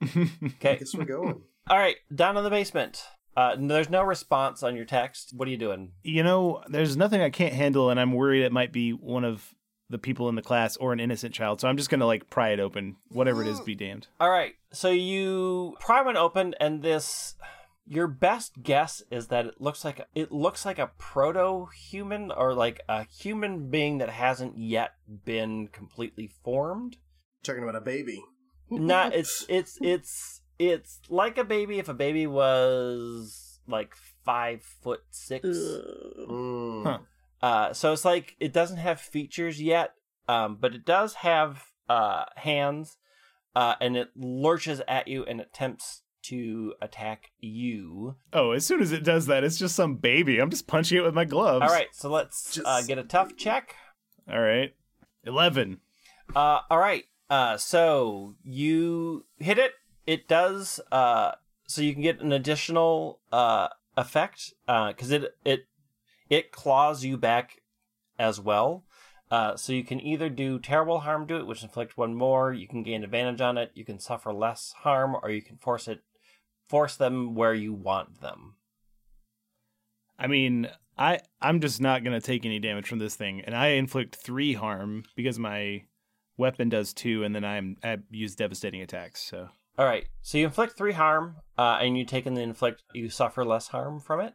Speaker 6: I
Speaker 4: Okay,
Speaker 6: guess we're going.
Speaker 4: All right, down in the basement. Uh, n- there's no response on your text. What are you doing?
Speaker 5: you know, there's nothing I can't handle, and I'm worried it might be one of the people in the class or an innocent child. So I'm just gonna like pry it open, whatever it is. Be damned.
Speaker 4: All right, so you pry one open, and this, your best guess is that it looks like it looks like a proto-human or like a human being that hasn't yet been completely formed.
Speaker 6: Talking about a baby.
Speaker 4: Not it's it's it's it's like a baby if a baby was like five foot six.
Speaker 7: Ugh.
Speaker 6: Mm.
Speaker 5: Huh.
Speaker 4: Uh, so it's like it doesn't have features yet, um, but it does have uh, hands, uh, and it lurches at you and attempts to attack you.
Speaker 5: Oh, as soon as it does that, it's just some baby. I'm just punching it with my gloves.
Speaker 4: All right, so let's uh,
Speaker 6: Just-
Speaker 4: get a tough check.
Speaker 5: All right. 11.
Speaker 4: Uh, all right. Uh, so you hit it. It does. Uh, so you can get an additional uh, effect because it it it claws you back as well. Uh, so you can either do terrible harm to it, which inflict one more. You can gain advantage on it. You can suffer less harm, or you can force it force them where you want them.
Speaker 5: I mean, I I'm just not gonna take any damage from this thing, and I inflict three harm because my weapon does two, and then I'm I use devastating attacks. So
Speaker 4: All right. So you inflict three harm, uh, and you take in the inflict. You suffer less harm from it.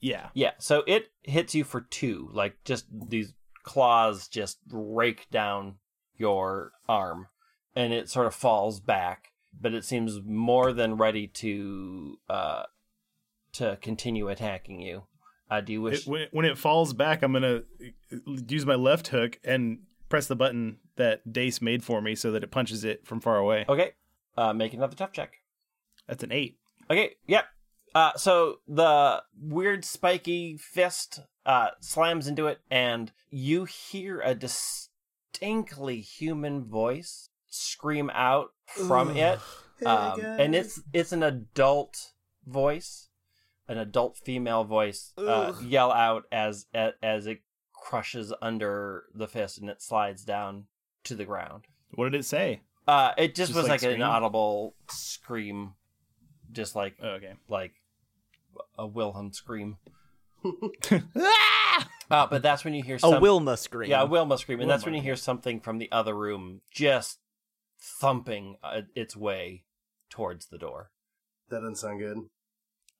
Speaker 5: yeah,
Speaker 4: Yeah, so it hits you for two. Like just these claws just rake down your arm and it sort of falls back, but it seems more than ready to uh to continue attacking you. Uh, do you
Speaker 5: it,
Speaker 4: wish
Speaker 5: when it, when it falls back, I'm gonna uh, use my left hook and press the button that Dace made for me so that it punches it from far away.
Speaker 4: Okay. Uh make another tough check.
Speaker 5: That's an eight.
Speaker 4: Okay, yep. Uh, so the weird spiky fist uh, slams into it, and you hear a distinctly human voice scream out from it. Um, and it's it's an adult voice, an adult female voice, uh, yell out as, as as it crushes under the fist and it slides down to the ground.
Speaker 5: What did it say?
Speaker 4: Uh, it just,
Speaker 5: Just
Speaker 4: was
Speaker 5: like
Speaker 4: like, an
Speaker 5: scream?
Speaker 4: audible scream, just like
Speaker 5: Oh, okay.
Speaker 4: like a Wilhelm scream.
Speaker 5: Ah!
Speaker 4: Uh, but that's when you hear
Speaker 3: A
Speaker 4: some,
Speaker 3: Wilma scream.
Speaker 4: yeah, a Wilma scream, and that's when
Speaker 5: Wilma.
Speaker 4: you hear something from the other room just thumping uh, its way towards the door.
Speaker 6: That doesn't sound good.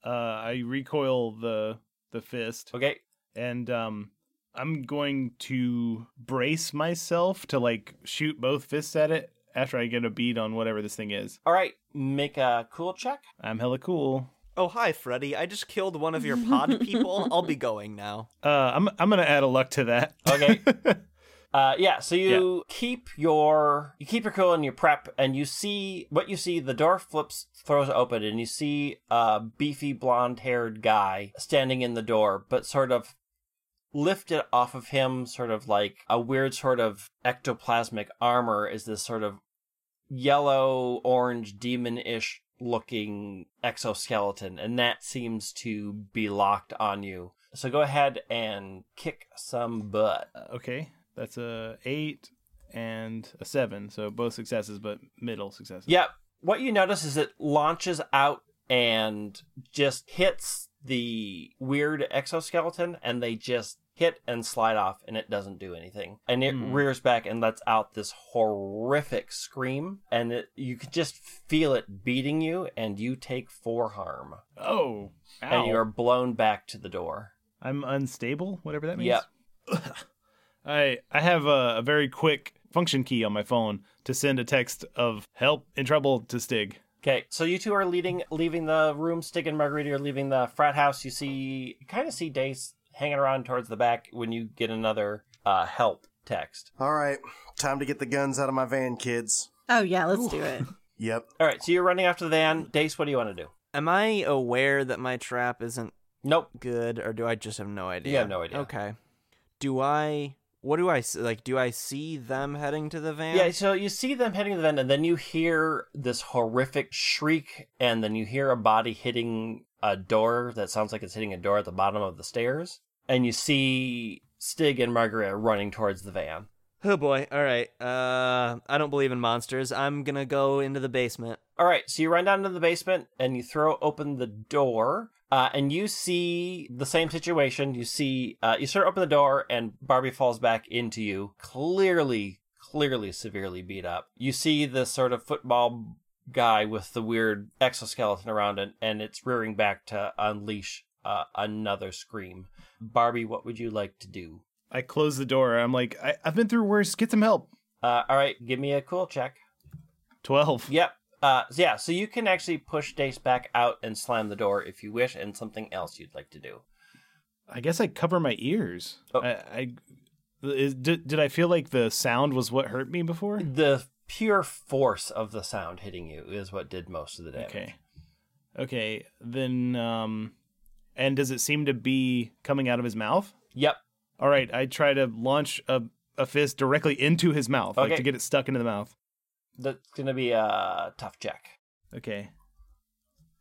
Speaker 5: Uh, I recoil the the fist.
Speaker 4: Okay,
Speaker 5: and um I'm going to brace myself to like shoot both fists at it after I get a bead on whatever this thing is.
Speaker 4: all right, make a cool check.
Speaker 5: I'm hella cool.
Speaker 3: Oh, hi, Freddy. I just killed one of your pod people. I'll be going now.
Speaker 5: Uh, I'm I'm gonna add a luck to that.
Speaker 4: Okay. Uh, yeah, so you keep your you keep your cool and your prep, and you see what you see. The door flips, throws open, and you see a beefy blonde-haired guy standing in the door, but sort of lifted off of him, sort of like a weird sort of ectoplasmic armor, is this sort of yellow, orange, demon-ish looking exoskeleton, and that seems to be locked on you. So go ahead and kick some butt.
Speaker 5: Uh, okay, that's a eight and a seven, so both successes, but middle successes.
Speaker 4: Yep. What you notice is it launches out and just hits the weird exoskeleton, and they just hit and slide off, and it doesn't do anything. And it
Speaker 5: Hmm.
Speaker 4: rears back and lets out this horrific scream, and it, you can just feel it beating you, and you take four harm,
Speaker 5: Oh, ow.
Speaker 4: and you are blown back to the door.
Speaker 5: I'm unstable, whatever that means.
Speaker 4: Yep.
Speaker 5: I I have a, a very quick function key on my phone to send a text of help in trouble to Stig.
Speaker 4: Okay, so you two are leading, leaving the room. Stig and Margarita are leaving the frat house. You see, you kind of see Dace hanging around towards the back when you get another uh, help text.
Speaker 6: All right, time to get the guns out of my van, kids.
Speaker 7: Oh yeah, let's do it.
Speaker 6: Yep.
Speaker 4: All right, so you're running after the van. Dace, what do you want to do?
Speaker 3: Am I aware that my trap isn't
Speaker 4: Nope.
Speaker 3: good, or do I just have no idea?
Speaker 4: You have no idea.
Speaker 3: Okay. Do I? What do I s- like? Do I see them heading to the van?
Speaker 4: Yeah, so you see them heading to the van, and then you hear this horrific shriek, and then you hear a body hitting a door that sounds like it's hitting a door at the bottom of the stairs, and you see Stig and Margarita running towards the van.
Speaker 3: Oh boy. All right. Uh, I don't believe in monsters. I'm gonna go into the basement.
Speaker 4: All right, so you run down to the basement and you throw open the door, uh, and you see the same situation. You see, uh, you sort of open the door, and Barbie falls back into you, clearly, clearly severely beat up. You see this sort of football guy with the weird exoskeleton around it, and it's rearing back to unleash uh, another scream. Barbie, what would you like to do?
Speaker 5: I close the door. I'm like, I- I've been through worse. Get some help.
Speaker 4: Uh, all right, give me a cool check.
Speaker 5: 12.
Speaker 4: Yep. Uh, so yeah, so you can actually push Dace back out and slam the door if you wish, and something else you'd like to do.
Speaker 5: I guess I cover my ears.
Speaker 4: Oh.
Speaker 5: I, I is, did, did I feel like the sound was what hurt me before?
Speaker 4: The pure force of the sound hitting you is what did most of the damage.
Speaker 5: Okay. Okay, then um and does it seem to be coming out of his mouth?
Speaker 4: Yep.
Speaker 5: All right, I try to launch a a fist directly into his mouth, like
Speaker 4: Okay.
Speaker 5: to get it stuck into the mouth.
Speaker 4: That's gonna be a tough check.
Speaker 5: Okay.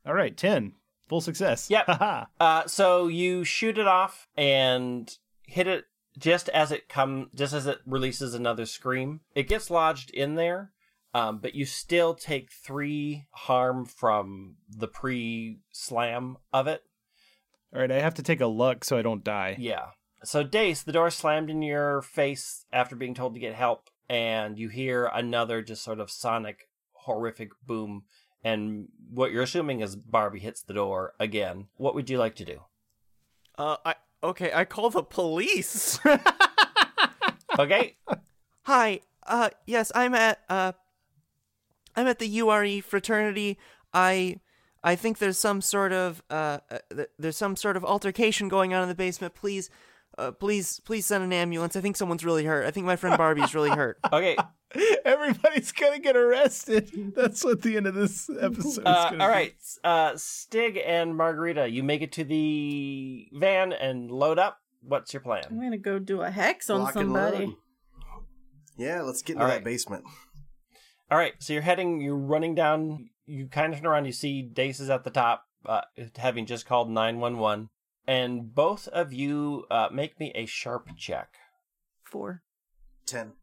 Speaker 5: All right, 10. Full success.
Speaker 4: Yep.
Speaker 5: Haha.
Speaker 4: Uh, so you shoot it off and hit it just as it come, just as it releases another scream. It gets lodged in there, um, but you still take three harm from the pre-slam of it.
Speaker 5: All right, I have to take a luck so I don't die.
Speaker 4: Yeah. So Dace, the door slammed in your face after being told to get help, and you hear another just sort of sonic horrific boom. And what you're assuming is Barbie hits the door again. What would you like to do?
Speaker 3: Uh, I okay. I call the police.
Speaker 4: Okay.
Speaker 3: Hi. Uh, yes, I'm at uh, I'm at the URE fraternity. I I think there's some sort of uh, uh, th- there's some sort of altercation going on in the basement. Please, uh, please, please send an ambulance. I think someone's really hurt. I think my friend Barbie's really hurt.
Speaker 4: Okay.
Speaker 5: Everybody's going to get arrested. That's what the end of this episode is
Speaker 4: Uh,
Speaker 5: going to
Speaker 4: all right, S- uh, Stig and Margarita, you make it to the van and load up. What's your
Speaker 7: I'm
Speaker 4: plan?
Speaker 7: gonna go do a hex on
Speaker 6: Lock and
Speaker 7: somebody.
Speaker 6: load. Yeah, let's get into
Speaker 4: All
Speaker 6: that
Speaker 4: right.
Speaker 6: basement.
Speaker 4: All right, so you're heading, you're running down. You kind of turn around, you see Dace is at the top, uh, having just called nine one one, and both of you uh, make me a sharp check.
Speaker 7: Four.
Speaker 6: Ten.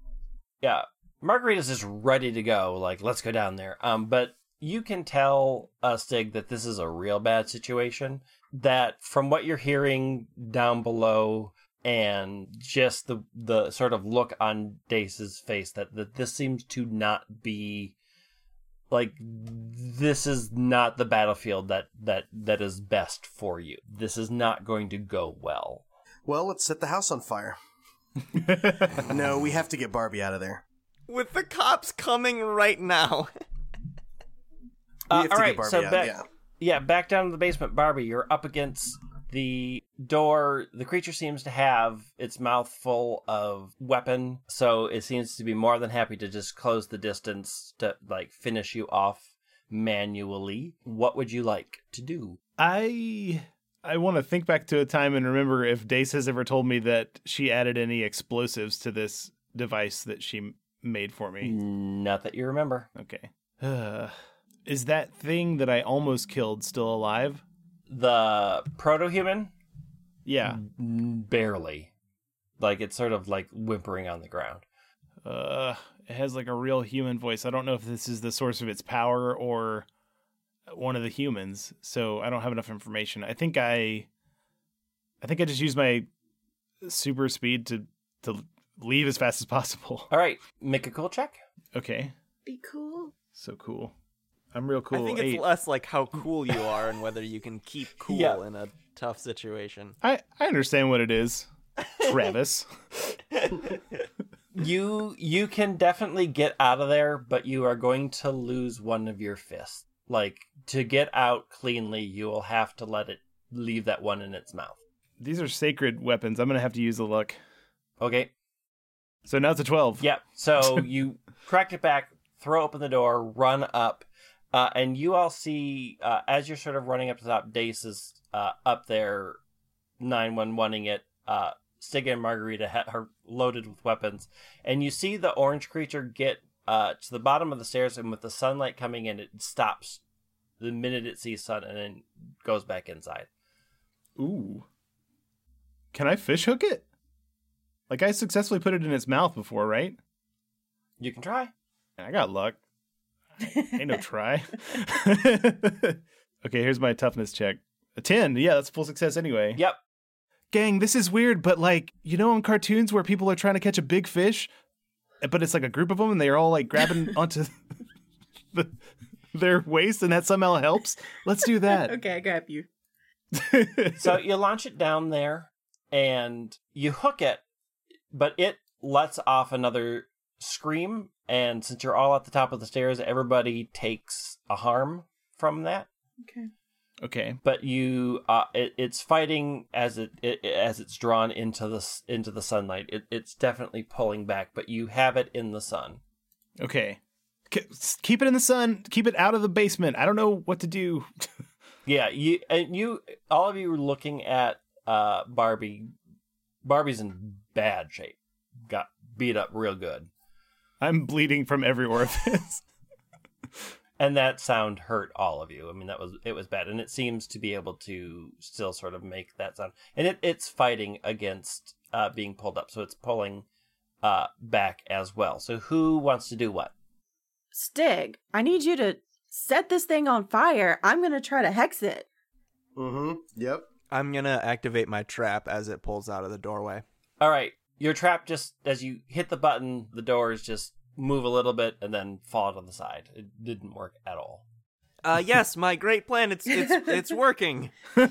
Speaker 4: yeah margarita's just ready to go like let's go down there um but you can tell uh stig that this is a real bad situation that from what you're hearing down below and just the the sort of look on dace's face that that this seems to not be like this is not the battlefield that that that is best for you this is not going to go well
Speaker 6: Well, let's set the house on fire.
Speaker 5: right.
Speaker 6: No, we have to get Barbie out of there.
Speaker 3: With the cops coming right now.
Speaker 6: We
Speaker 4: Uh,
Speaker 6: have to
Speaker 4: all
Speaker 6: get
Speaker 4: right,
Speaker 6: Barbie
Speaker 4: so
Speaker 6: out.
Speaker 4: back-
Speaker 6: yeah.
Speaker 4: Yeah, back down to the basement, Barbie. You're up against the door. The creature seems to have its mouth full of weapon, so it seems to be more than happy to just close the distance to like finish you off manually. What would you like to do?
Speaker 5: I I want to think back to a time and remember if Dace has ever told me that she added any explosives to this device that she m- made for me.
Speaker 4: Not that you remember.
Speaker 5: Okay. is that thing that I almost killed still alive?
Speaker 4: The proto human?
Speaker 5: Yeah.
Speaker 4: Barely. Like it's sort of like whimpering on the ground.
Speaker 5: Uh, it has like a real human voice. I don't know if this is the source of its power or one of the humans. So I don't have enough information. I think I, I think I just used my super speed to to leave as fast as possible.
Speaker 4: All right, make a cool check.
Speaker 5: Okay.
Speaker 7: Be cool.
Speaker 5: So cool. I'm real cool.
Speaker 3: I think it's
Speaker 5: Eight.
Speaker 3: less like how cool you are and whether you can keep cool
Speaker 4: Yeah.
Speaker 3: in a tough situation.
Speaker 5: I, I understand what it is, Travis.
Speaker 4: you you can definitely get out of there but you are going to lose one of your fists like to get out cleanly you will have to let it leave that one in its mouth
Speaker 5: These are sacred weapons. I'm gonna have to use the luck.
Speaker 4: okay
Speaker 5: So now it's a twelve.
Speaker 4: yep so you crack it back throw open the door run up uh, and you all see uh, as you're sort of running up to the top dace is uh, up there 911ing it uh, Stig and Margarita ha- are loaded with weapons, and you see the orange creature get uh, to the bottom of the stairs, and with the sunlight coming in, it stops the minute it sees sun, and then goes back inside.
Speaker 5: Ooh. Can I fish hook it? Like I successfully put it in its mouth before, right?
Speaker 4: You can try.
Speaker 5: I got luck. Ain't no try. okay, here's my toughness check. A ten. Yeah, that's full success anyway.
Speaker 4: Yep.
Speaker 5: Gang, this is weird, but like you know, in cartoons where people are trying to catch a big fish, but it's like a group of them and they're all like grabbing onto the, their waist, and that somehow helps. Let's do that.
Speaker 7: Okay, I grab you.
Speaker 4: So you launch it down there, and you hook it, but it lets off another scream. And since you're all at the top of the stairs, everybody takes a harm from that.
Speaker 7: Okay.
Speaker 5: Okay.
Speaker 4: but you uh, it, it's fighting as it, it as it's drawn into the s- into the sunlight. It, it's definitely pulling back, but you have it in the sun.
Speaker 5: Okay. K- s- Keep it in the sun. Keep it out of the basement. I don't know what to do.
Speaker 4: Yeah, you and you, all of you were looking at uh, Barbie. Barbie's in bad shape. Got beat up real good,
Speaker 5: I'm bleeding from every orifice.
Speaker 4: and that sound hurt all of you. I mean, that was it was bad, and it seems to be able to still sort of make that sound. And it, it's fighting against uh, being pulled up, so it's pulling uh, back as well. So who wants to do what?
Speaker 7: Stig, I need you to set this thing on fire. I'm gonna try to hex it.
Speaker 6: Mm-hmm. Yep.
Speaker 3: I'm gonna activate my trap as it pulls out of the doorway.
Speaker 4: All right, your trap just as you hit the button, the doors just move a little bit and then fall to the side. It didn't work at all.
Speaker 3: Uh, yes, my great plan. It's it's it's working.
Speaker 7: All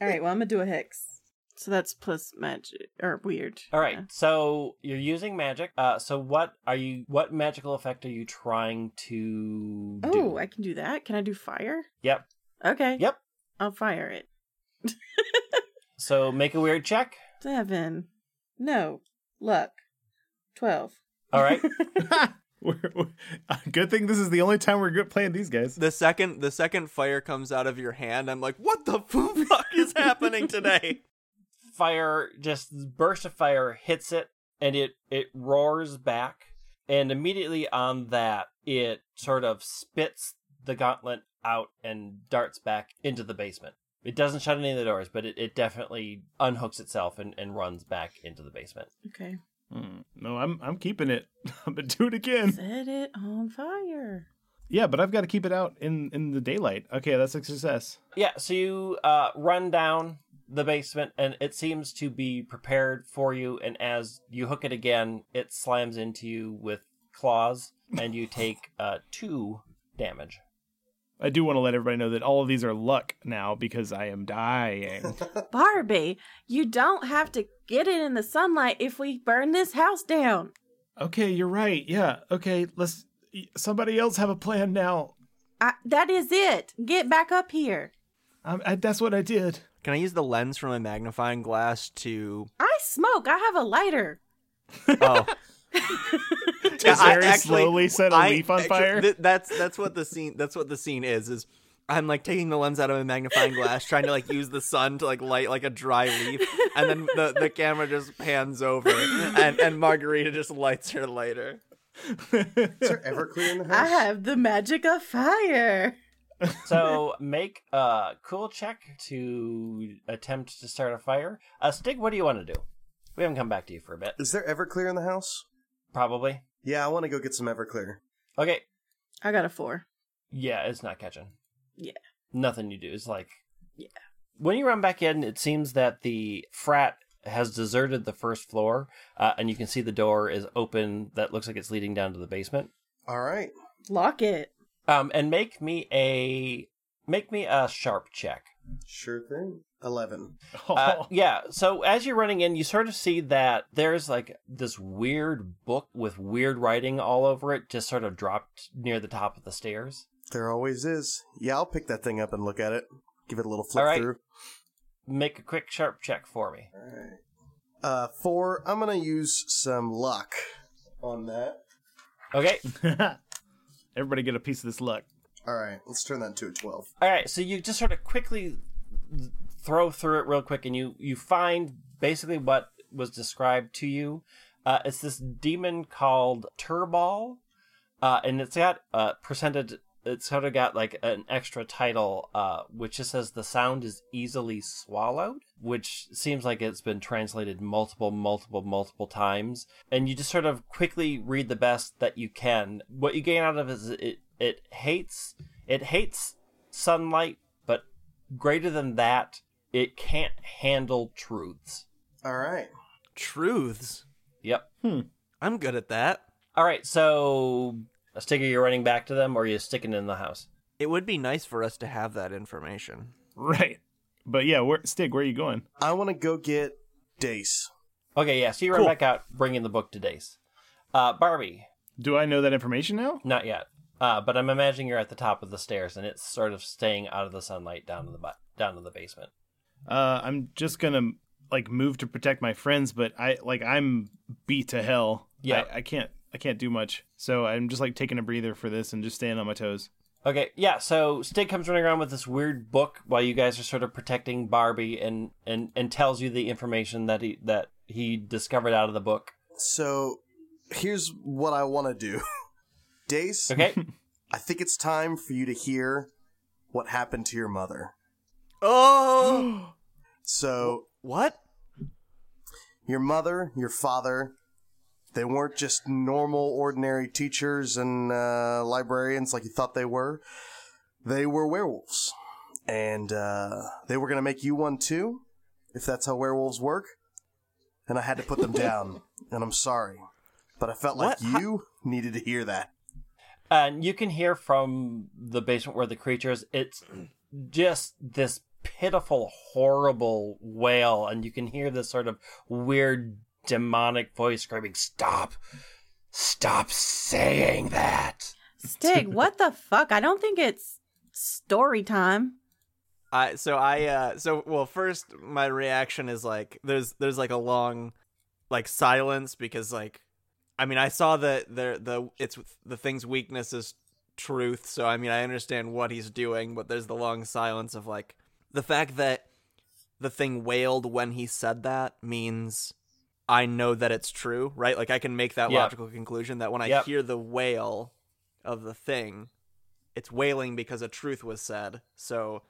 Speaker 7: right, well, I'm gonna do a hex. So that's plus magic or weird.
Speaker 4: All right, so you're using magic. Uh, so what are you? What magical effect are you trying to
Speaker 7: Yeah.
Speaker 4: do?
Speaker 7: Oh, I can do that. Can I do fire?
Speaker 4: Yep.
Speaker 7: Okay.
Speaker 4: Yep.
Speaker 7: I'll fire it.
Speaker 4: So make a weird check.
Speaker 7: Seven. No. Luck. Twelve.
Speaker 4: All right.
Speaker 5: We're- we're- uh, good thing this is the only time we're good playing these guys.
Speaker 3: The second the second fire comes out of your hand, I'm like, what the fuck is happening today?
Speaker 4: fire just burst of fire hits it and it it roars back and immediately on that it sort of spits the gauntlet out and darts back into the basement it doesn't shut any of the doors but it, it definitely unhooks itself and, and runs back into the basement
Speaker 7: Okay.
Speaker 5: Hmm. No, I'm I'm keeping it. I'm gonna do it again.
Speaker 7: Set it on fire.
Speaker 5: Yeah, but I've got to keep it out in in the daylight. Okay, that's a success.
Speaker 4: yeah so you uh, run down the basement and it seems to be prepared for you and as you hook it again it slams into you with claws and you take uh, two damage
Speaker 5: I do want to let everybody know that all of these are luck now because I am dying.
Speaker 7: Barbie, you don't have to get it in the sunlight if we burn this house down.
Speaker 5: okay, you're right. Yeah. Okay, let's. Somebody else have a plan now.
Speaker 7: I, that is it. Get back up here.
Speaker 5: Um, I, that's what I did.
Speaker 3: Can I use the lens from a magnifying glass to?
Speaker 7: I smoke. I have a lighter.
Speaker 3: Oh,
Speaker 5: Does Harry slowly set a
Speaker 3: a
Speaker 5: leaf on fire?
Speaker 3: that's that's what the scene. That's what the scene is. Is I'm like taking the lens out of a magnifying glass, trying to like use the sun to like light like a dry leaf, and then the, the camera just pans over, and and Margarita just lights her lighter.
Speaker 6: Is there Everclear in the house?
Speaker 7: I have the magic of fire.
Speaker 4: So make a cool check to attempt to start a fire. Uh, Stig, what do you want to do? We haven't come back to you for a bit,
Speaker 6: Is there Everclear in the house?
Speaker 4: probably.
Speaker 6: Yeah, I want to go get some Everclear.
Speaker 4: Okay,
Speaker 7: I got a four.
Speaker 4: yeah, it's not catching.
Speaker 7: Yeah.
Speaker 4: nothing you do is like.
Speaker 7: Yeah.
Speaker 4: When you run back in, it seems that the frat has deserted the first floor, uh, and you can see the door is open. That looks like it's leading down to the basement.
Speaker 6: All right.
Speaker 7: Lock it.
Speaker 4: Um, and make me a make me a sharp check.
Speaker 6: Sure thing. 11.
Speaker 4: Uh, yeah. So as you're running in, you sort of see that there's like this weird book with weird writing all over it, just sort of dropped near the top of the stairs.
Speaker 6: There always is. Yeah, I'll pick that thing up and look at it. Give it a little flip
Speaker 4: All right.
Speaker 6: through.
Speaker 4: Make a quick sharp check for me.
Speaker 6: Uh, four. I'm gonna use some luck on that.
Speaker 4: Okay.
Speaker 5: Everybody get a piece of this luck.
Speaker 6: All right, let's turn that to a twelve.
Speaker 4: All right. So you just sort of quickly throw through it real quick, and you you find basically what was described to you. Uh, it's this demon called Turball, uh, and it's got uh, presented. It's sort of got like an extra title, uh, which just says the sound is easily swallowed, which seems like it's been translated multiple, multiple, multiple times. And you just sort of quickly read the best that you can. What you gain out of it is it, it hates it hates sunlight, but greater than that, it can't handle truths.
Speaker 6: All right.
Speaker 3: Truths.
Speaker 4: Yep.
Speaker 3: I'm good at that.
Speaker 4: All right, so Sticker, you're running back to them, or are you sticking in the house?
Speaker 3: It would be nice for us to have that information.
Speaker 5: Right. But yeah, where Stig, where are you going?
Speaker 6: I want to go get Dace.
Speaker 4: Okay, yeah. So you run
Speaker 5: Cool.
Speaker 4: back out, bringing the book to Dace. Uh, Barbie,
Speaker 5: Do I know that information now?
Speaker 4: not yet, uh, but I'm imagining you're at the top of the stairs, and it's sort of staying out of the sunlight down to the bu- down to the basement.
Speaker 5: Uh, I'm just gonna like move to protect my friends, but I like I'm beat to hell.
Speaker 4: Yeah.
Speaker 5: I, I can't I can't do much. So I'm just like taking a breather for this and just staying on my toes.
Speaker 4: Okay, yeah. So Stig comes running around with this weird book while you guys are sort of protecting Barbie, and and and tells you the information that he that he discovered out of the book.
Speaker 6: So here's what I want to do. Dace,
Speaker 4: Okay,
Speaker 6: I think it's time for you to hear what happened to your mother.
Speaker 3: Oh,
Speaker 6: So
Speaker 3: what?
Speaker 6: your mother, your father, they weren't just normal, ordinary teachers and uh, librarians like you thought they were. They were werewolves. And uh, they were going to make you one too, if that's how werewolves work. And I had to put them down. And I'm sorry. But I felt
Speaker 3: What? How-
Speaker 6: like you needed to hear that.
Speaker 4: and you can hear from the basement where the creature is. It's just this pitiful, horrible wail, and you can hear this sort of weird demonic voice screaming, "Stop! Stop saying that!"
Speaker 7: Stig, what the fuck? I don't think it's story time.
Speaker 3: I so I uh so well first my reaction is like there's there's like a long like silence because like I mean I saw the the the it's the thing's weakness is truth so I mean I understand what he's doing but there's the long silence of like the fact that the thing wailed when he said that means I know that it's true right like I can make that
Speaker 4: Yep.
Speaker 3: logical conclusion that when I
Speaker 4: Yep.
Speaker 3: hear the wail of the thing it's wailing because a truth was said so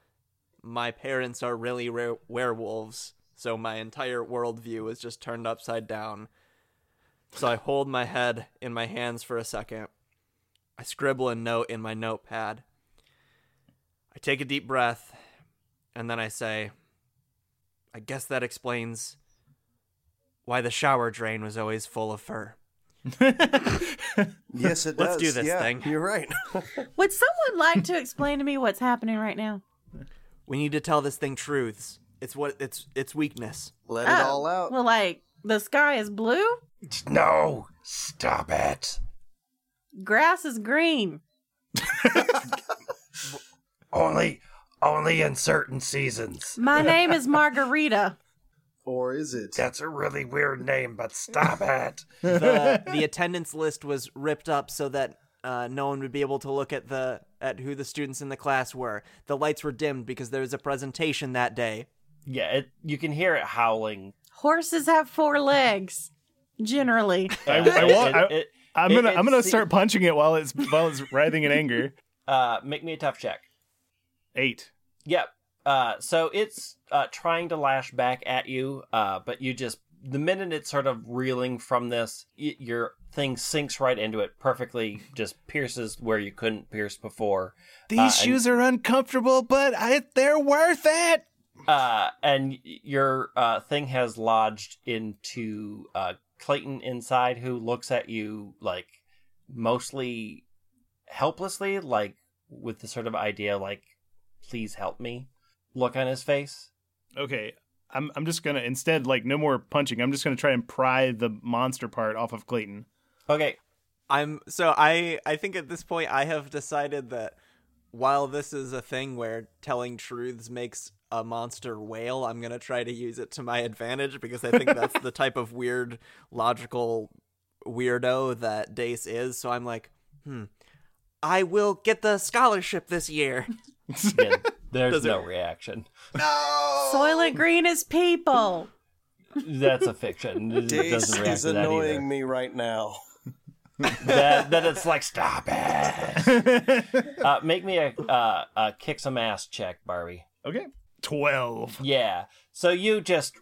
Speaker 3: my parents are really rare werewolves, so my entire worldview is just turned upside down. So I hold my head in my hands for a second. I scribble a note in my notepad. I take a deep breath, and then I say, I guess that explains why the shower drain was always full of fur.
Speaker 6: Yes,
Speaker 3: Let's
Speaker 6: it does.
Speaker 3: do this
Speaker 6: yeah,
Speaker 3: thing.
Speaker 6: You're right.
Speaker 7: Would someone like to explain to me what's happening right now?
Speaker 3: We need to tell this thing truths. It's what it's it's weakness.
Speaker 6: Let it
Speaker 7: Oh,
Speaker 6: all out.
Speaker 7: Well, like the sky is blue,
Speaker 4: No, stop it!
Speaker 7: grass is green.
Speaker 4: Only, only in certain seasons.
Speaker 7: My name is Margarita.
Speaker 6: or is it?
Speaker 4: That's a really weird name, but stop it.
Speaker 3: the the attendance list was ripped up so that uh, no one would be able to look at the at who the students in the class were. The lights were dimmed because there was a presentation that day.
Speaker 4: Yeah, it, you can hear it howling.
Speaker 7: Horses have four legs, generally.
Speaker 5: I,
Speaker 4: Uh,
Speaker 5: I want.
Speaker 4: it-
Speaker 5: I,
Speaker 4: it-
Speaker 5: I'm
Speaker 4: it-
Speaker 5: gonna.
Speaker 4: it
Speaker 5: I'm gonna
Speaker 4: se-
Speaker 5: start punching it while it's while it's writhing in anger.
Speaker 4: Uh, make me a tough check.
Speaker 5: Eight.
Speaker 4: Yep. Uh, so it's uh, trying to lash back at you, uh, but you just the minute it's sort of reeling from this, y your thing sinks right into it perfectly, just pierces where you couldn't pierce before.
Speaker 5: These
Speaker 4: and-
Speaker 5: shoes are uncomfortable, but I, they're worth it.
Speaker 4: uh, and y- your uh, thing has lodged into uh, Clayton inside, who looks at you like mostly helplessly, like with the sort of idea like, "Please help me." Look on his face.
Speaker 5: Okay. I'm. I'm just gonna instead like no more punching. I'm just gonna try and pry the monster part off of Clayton.
Speaker 4: Okay,
Speaker 3: I'm so I I think at this point I have decided that while this is a thing where telling truths makes a monster wail, I'm gonna try to use it to my advantage because I think that's the type of weird logical weirdo that Dace is. So I'm like, hmm, I will get the scholarship this year.
Speaker 4: Again, there's
Speaker 3: Does it-
Speaker 4: no reaction.
Speaker 7: Soylent Green is people.
Speaker 4: That's a fiction. It
Speaker 6: Dace
Speaker 4: doesn't react
Speaker 6: is
Speaker 4: to that either.
Speaker 6: annoying me right now.
Speaker 4: that, that it's like stop it. uh, make me a, uh, a kick some ass check, Barbie.
Speaker 5: Okay. Twelve.
Speaker 4: Yeah. So you just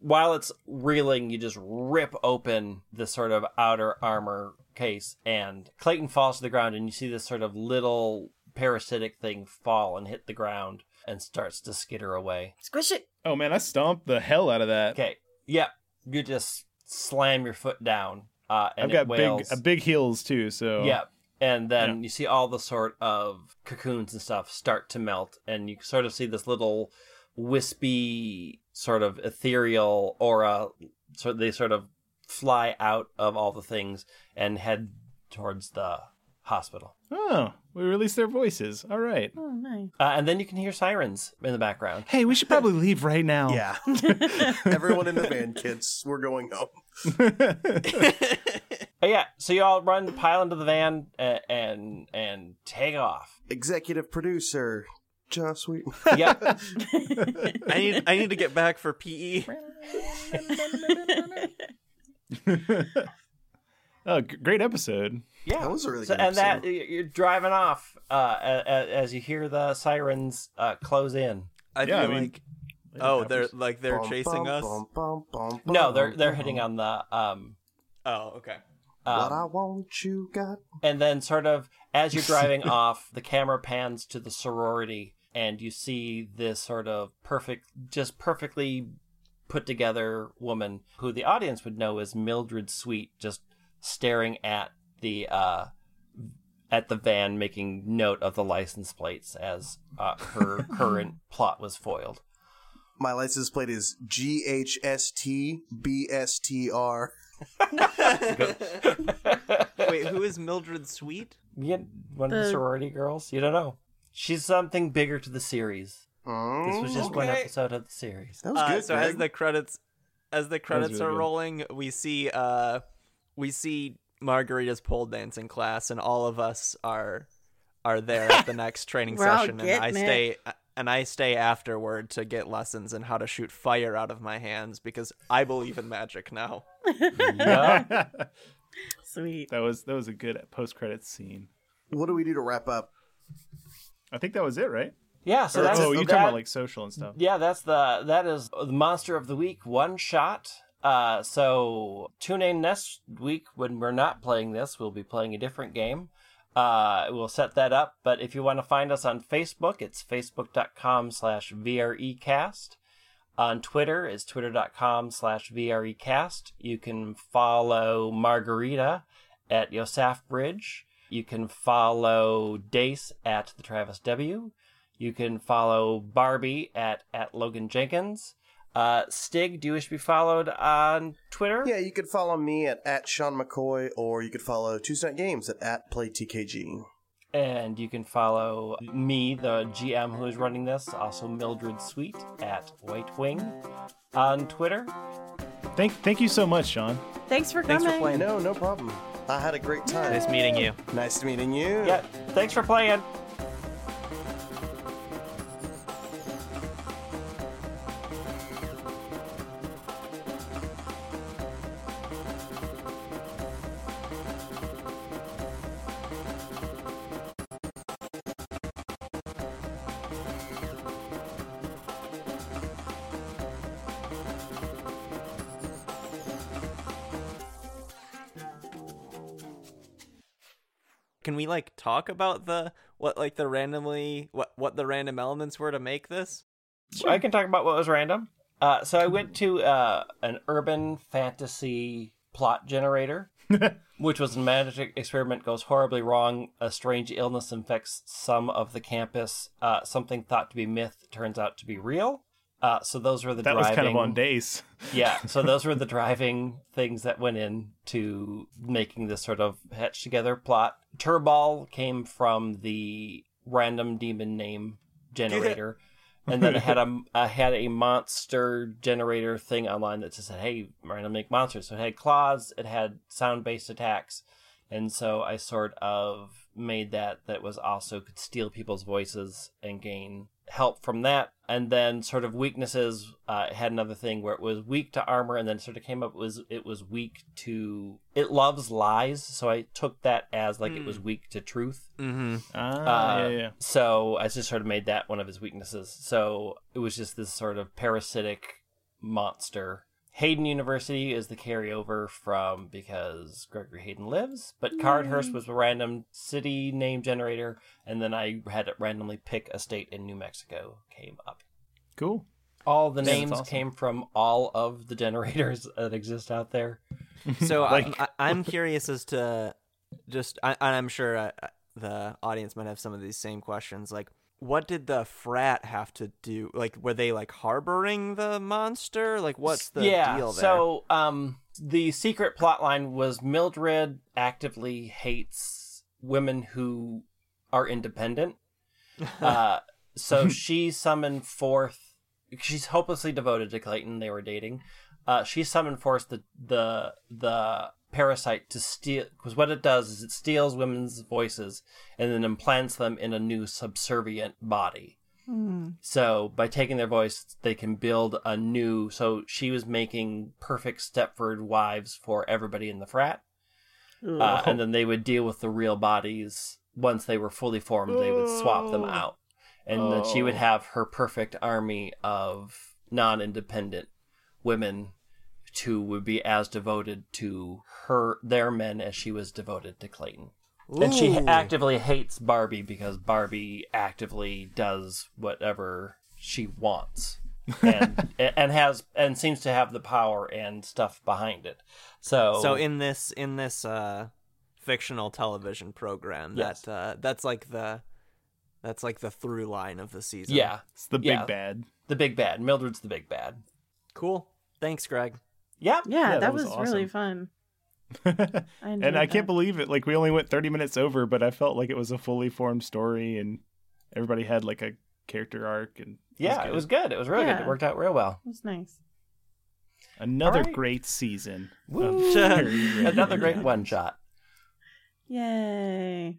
Speaker 4: while it's reeling, you just rip open the sort of outer armor case and Clayton falls to the ground and you see this sort of little parasitic thing fall and hit the ground and starts to skitter away.
Speaker 7: Squish it.
Speaker 5: Oh man, I stomped the hell out of that.
Speaker 4: Okay. Yep. You just slam your foot down. Uh, and
Speaker 5: I've got
Speaker 4: it
Speaker 5: big
Speaker 4: wails.
Speaker 5: oh. uh, big heels too, so
Speaker 4: Yeah. And then you see all the sort of cocoons and stuff start to melt, and you sort of see this little wispy, sort of ethereal aura. So they sort of fly out of all the things and head towards the hospital.
Speaker 5: Oh, we release their voices. All right.
Speaker 7: Oh, nice.
Speaker 4: Uh, and then you can hear sirens in the background.
Speaker 5: Hey, we should probably leave right now.
Speaker 6: Yeah. Everyone in the van, kids, we're going home.
Speaker 4: But Oh, yeah, so y'all run, pile into the van, and and, and take off.
Speaker 6: Executive producer, Josh Sweet.
Speaker 4: Yep.
Speaker 3: I need I need to get back for E. PE.
Speaker 5: Oh, g- great episode.
Speaker 4: yeah,
Speaker 6: That was a really
Speaker 4: So-
Speaker 6: good
Speaker 4: and that
Speaker 6: episode.
Speaker 4: y- you're driving off uh, a- a- as you hear the sirens uh, close in.
Speaker 3: I
Speaker 5: Yeah, I
Speaker 3: feel
Speaker 5: mean-
Speaker 3: like oh they're like they're chasing us.
Speaker 6: Oh,
Speaker 4: No, they're they're hitting on the um,
Speaker 3: Oh okay.
Speaker 6: What I
Speaker 4: um
Speaker 6: want, you got.
Speaker 4: and then sort of as you're driving off, the camera pans to the sorority and you see this sort of perfect just perfectly put together woman who the audience would know as Mildred Sweet just staring at the uh at the van making note of the license plates as uh, her current plot was foiled.
Speaker 6: My license plate is G H S T B S T R.
Speaker 3: Wait, who is Mildred Sweet?
Speaker 4: Yeah, one of the
Speaker 7: The-
Speaker 4: sorority girls. You don't know. She's something bigger to the series. This was just one
Speaker 3: okay.
Speaker 4: episode of the series.
Speaker 6: Mm. That was
Speaker 3: Uh,
Speaker 6: good.
Speaker 3: so as
Speaker 6: Greg.
Speaker 3: the credits as the credits
Speaker 5: really
Speaker 3: are
Speaker 5: good.
Speaker 3: rolling, we see uh we see Margarita's pole dancing class and all of us are are there at the next training
Speaker 7: We're all
Speaker 3: session and
Speaker 7: getting
Speaker 3: I
Speaker 7: it.
Speaker 3: stay and I stay afterward to get lessons in how to shoot fire out of my hands because I believe in magic now.
Speaker 4: Yeah.
Speaker 5: that
Speaker 7: Sweet.
Speaker 5: was that was a good post credits scene.
Speaker 6: what do we do to wrap up?
Speaker 5: I think that was it, right?
Speaker 4: Yeah, so
Speaker 6: Or-
Speaker 4: that's
Speaker 5: oh, you
Speaker 4: that,
Speaker 5: talking about like social and stuff?
Speaker 4: Yeah, that's the that is the monster of the week one shot. Uh so tune in next week when we're not playing this, we'll be playing a different game. Uh we'll set that up, but if you want to find us on Facebook, it's facebook.com slash VREcast. On Twitter is twitter.com slash VREcast. You can follow Margarita at Yosaf Bridge. You can follow Dace at the Travis W. You can follow Barbie at, at Logan Jenkins. Uh, Stig, do you wish to be followed on Twitter?
Speaker 6: Yeah, you could follow me at, at Sean McCoy, or you could follow Tuesday Night Games at, at PlayTKG.
Speaker 4: And you can follow me, the GM who is running this, also Mildred Sweet at White Wing on Twitter.
Speaker 5: Thank thank you so much, Sean.
Speaker 7: Thanks for coming.
Speaker 3: Thanks for playing.
Speaker 6: No, no problem. I had a great time.
Speaker 3: Nice meeting you.
Speaker 6: Nice meeting you.
Speaker 4: Yeah, thanks for playing.
Speaker 3: Can we like talk about the what like the randomly what what the random elements were to make this?
Speaker 4: I can talk about what was random. Uh, so I went to uh, an urban fantasy plot generator, which was a magic experiment goes horribly wrong. A strange illness infects some of the campus. Uh, something thought to be myth turns out to be real. Uh, so those were the
Speaker 5: That
Speaker 4: driving.
Speaker 5: was kind of on days.
Speaker 4: yeah. So those were the driving things that went in to making this sort of hatch together plot. Turball came from the random demon name generator. And then I had a I had a monster generator thing online that just said, "Hey, random make monsters." So it had claws, it had sound based attacks, and so I sort of made that that was also could steal people's voices and gain help from that. And then sort of weaknesses uh, it had another thing where it was weak to armor, and then sort of came up was it was weak to it loves lies. So I took that as like it was weak to truth.
Speaker 3: Mm-hmm.
Speaker 5: Ah,
Speaker 4: Uh,
Speaker 5: yeah, yeah.
Speaker 4: So I just sort of made that one of his weaknesses. So it was just this sort of parasitic monster. Hayden University is the carryover from because Gregory Hayden lives, but Cardhurst was a random city name generator, and then I had it randomly pick a state in New Mexico came up.
Speaker 5: Cool.
Speaker 4: All the
Speaker 5: Damn, that's
Speaker 4: names
Speaker 5: awesome.
Speaker 4: came from all of the generators that exist out there.
Speaker 3: So
Speaker 5: Like-
Speaker 3: I, I, I'm curious as to just, I, and I'm sure uh, uh, the audience might have some of these same questions. Like, what did the frat have to do? Like, were they like harboring the monster? Like, what's the
Speaker 4: yeah,
Speaker 3: deal there?
Speaker 4: So um, the secret plot line was Mildred actively hates women who are independent. Uh, so she summoned forth. She's hopelessly devoted to Clayton. They were dating. Uh, she summoned forth the the the parasite to steal because what it does is it steals women's voices and then implants them in a new subservient body
Speaker 7: Hmm.
Speaker 4: so by taking their voice they can build a new so she was making perfect stepford wives for everybody in the frat
Speaker 5: Mm.
Speaker 4: uh, and then they would deal with the real bodies once they were fully formed they would swap them out and then she would have her perfect army of non-independent women who would be as devoted to her their men as she was devoted to clayton and she
Speaker 3: Ooh.
Speaker 4: actively hates barbie because barbie actively does whatever she wants and and has and seems to have the power and stuff behind it so
Speaker 3: So in this in this uh, fictional television program,
Speaker 4: Yes.
Speaker 3: that uh, that's like the that's like the through line of the season.
Speaker 4: yeah
Speaker 5: It's the big
Speaker 4: Yeah.
Speaker 5: bad.
Speaker 4: the big bad mildred's the big bad
Speaker 3: cool. Thanks, Greg.
Speaker 4: yeah
Speaker 7: Yeah,
Speaker 5: Yeah,
Speaker 7: that,
Speaker 5: that
Speaker 7: was,
Speaker 5: was
Speaker 7: really
Speaker 5: awesome.
Speaker 7: fun. I enjoyed
Speaker 5: and I can't
Speaker 7: that.
Speaker 5: believe it. Like we only went 30 minutes over, but I felt like it was a fully formed story, and everybody had like a character arc. And it
Speaker 4: yeah
Speaker 5: good.
Speaker 4: it was good it was really good
Speaker 7: Yeah.
Speaker 4: it worked out real well
Speaker 7: It was nice.
Speaker 5: another
Speaker 4: Alright.
Speaker 5: great season. of
Speaker 4: Woo.
Speaker 5: Fury Road.
Speaker 4: another great one shot
Speaker 7: Yay.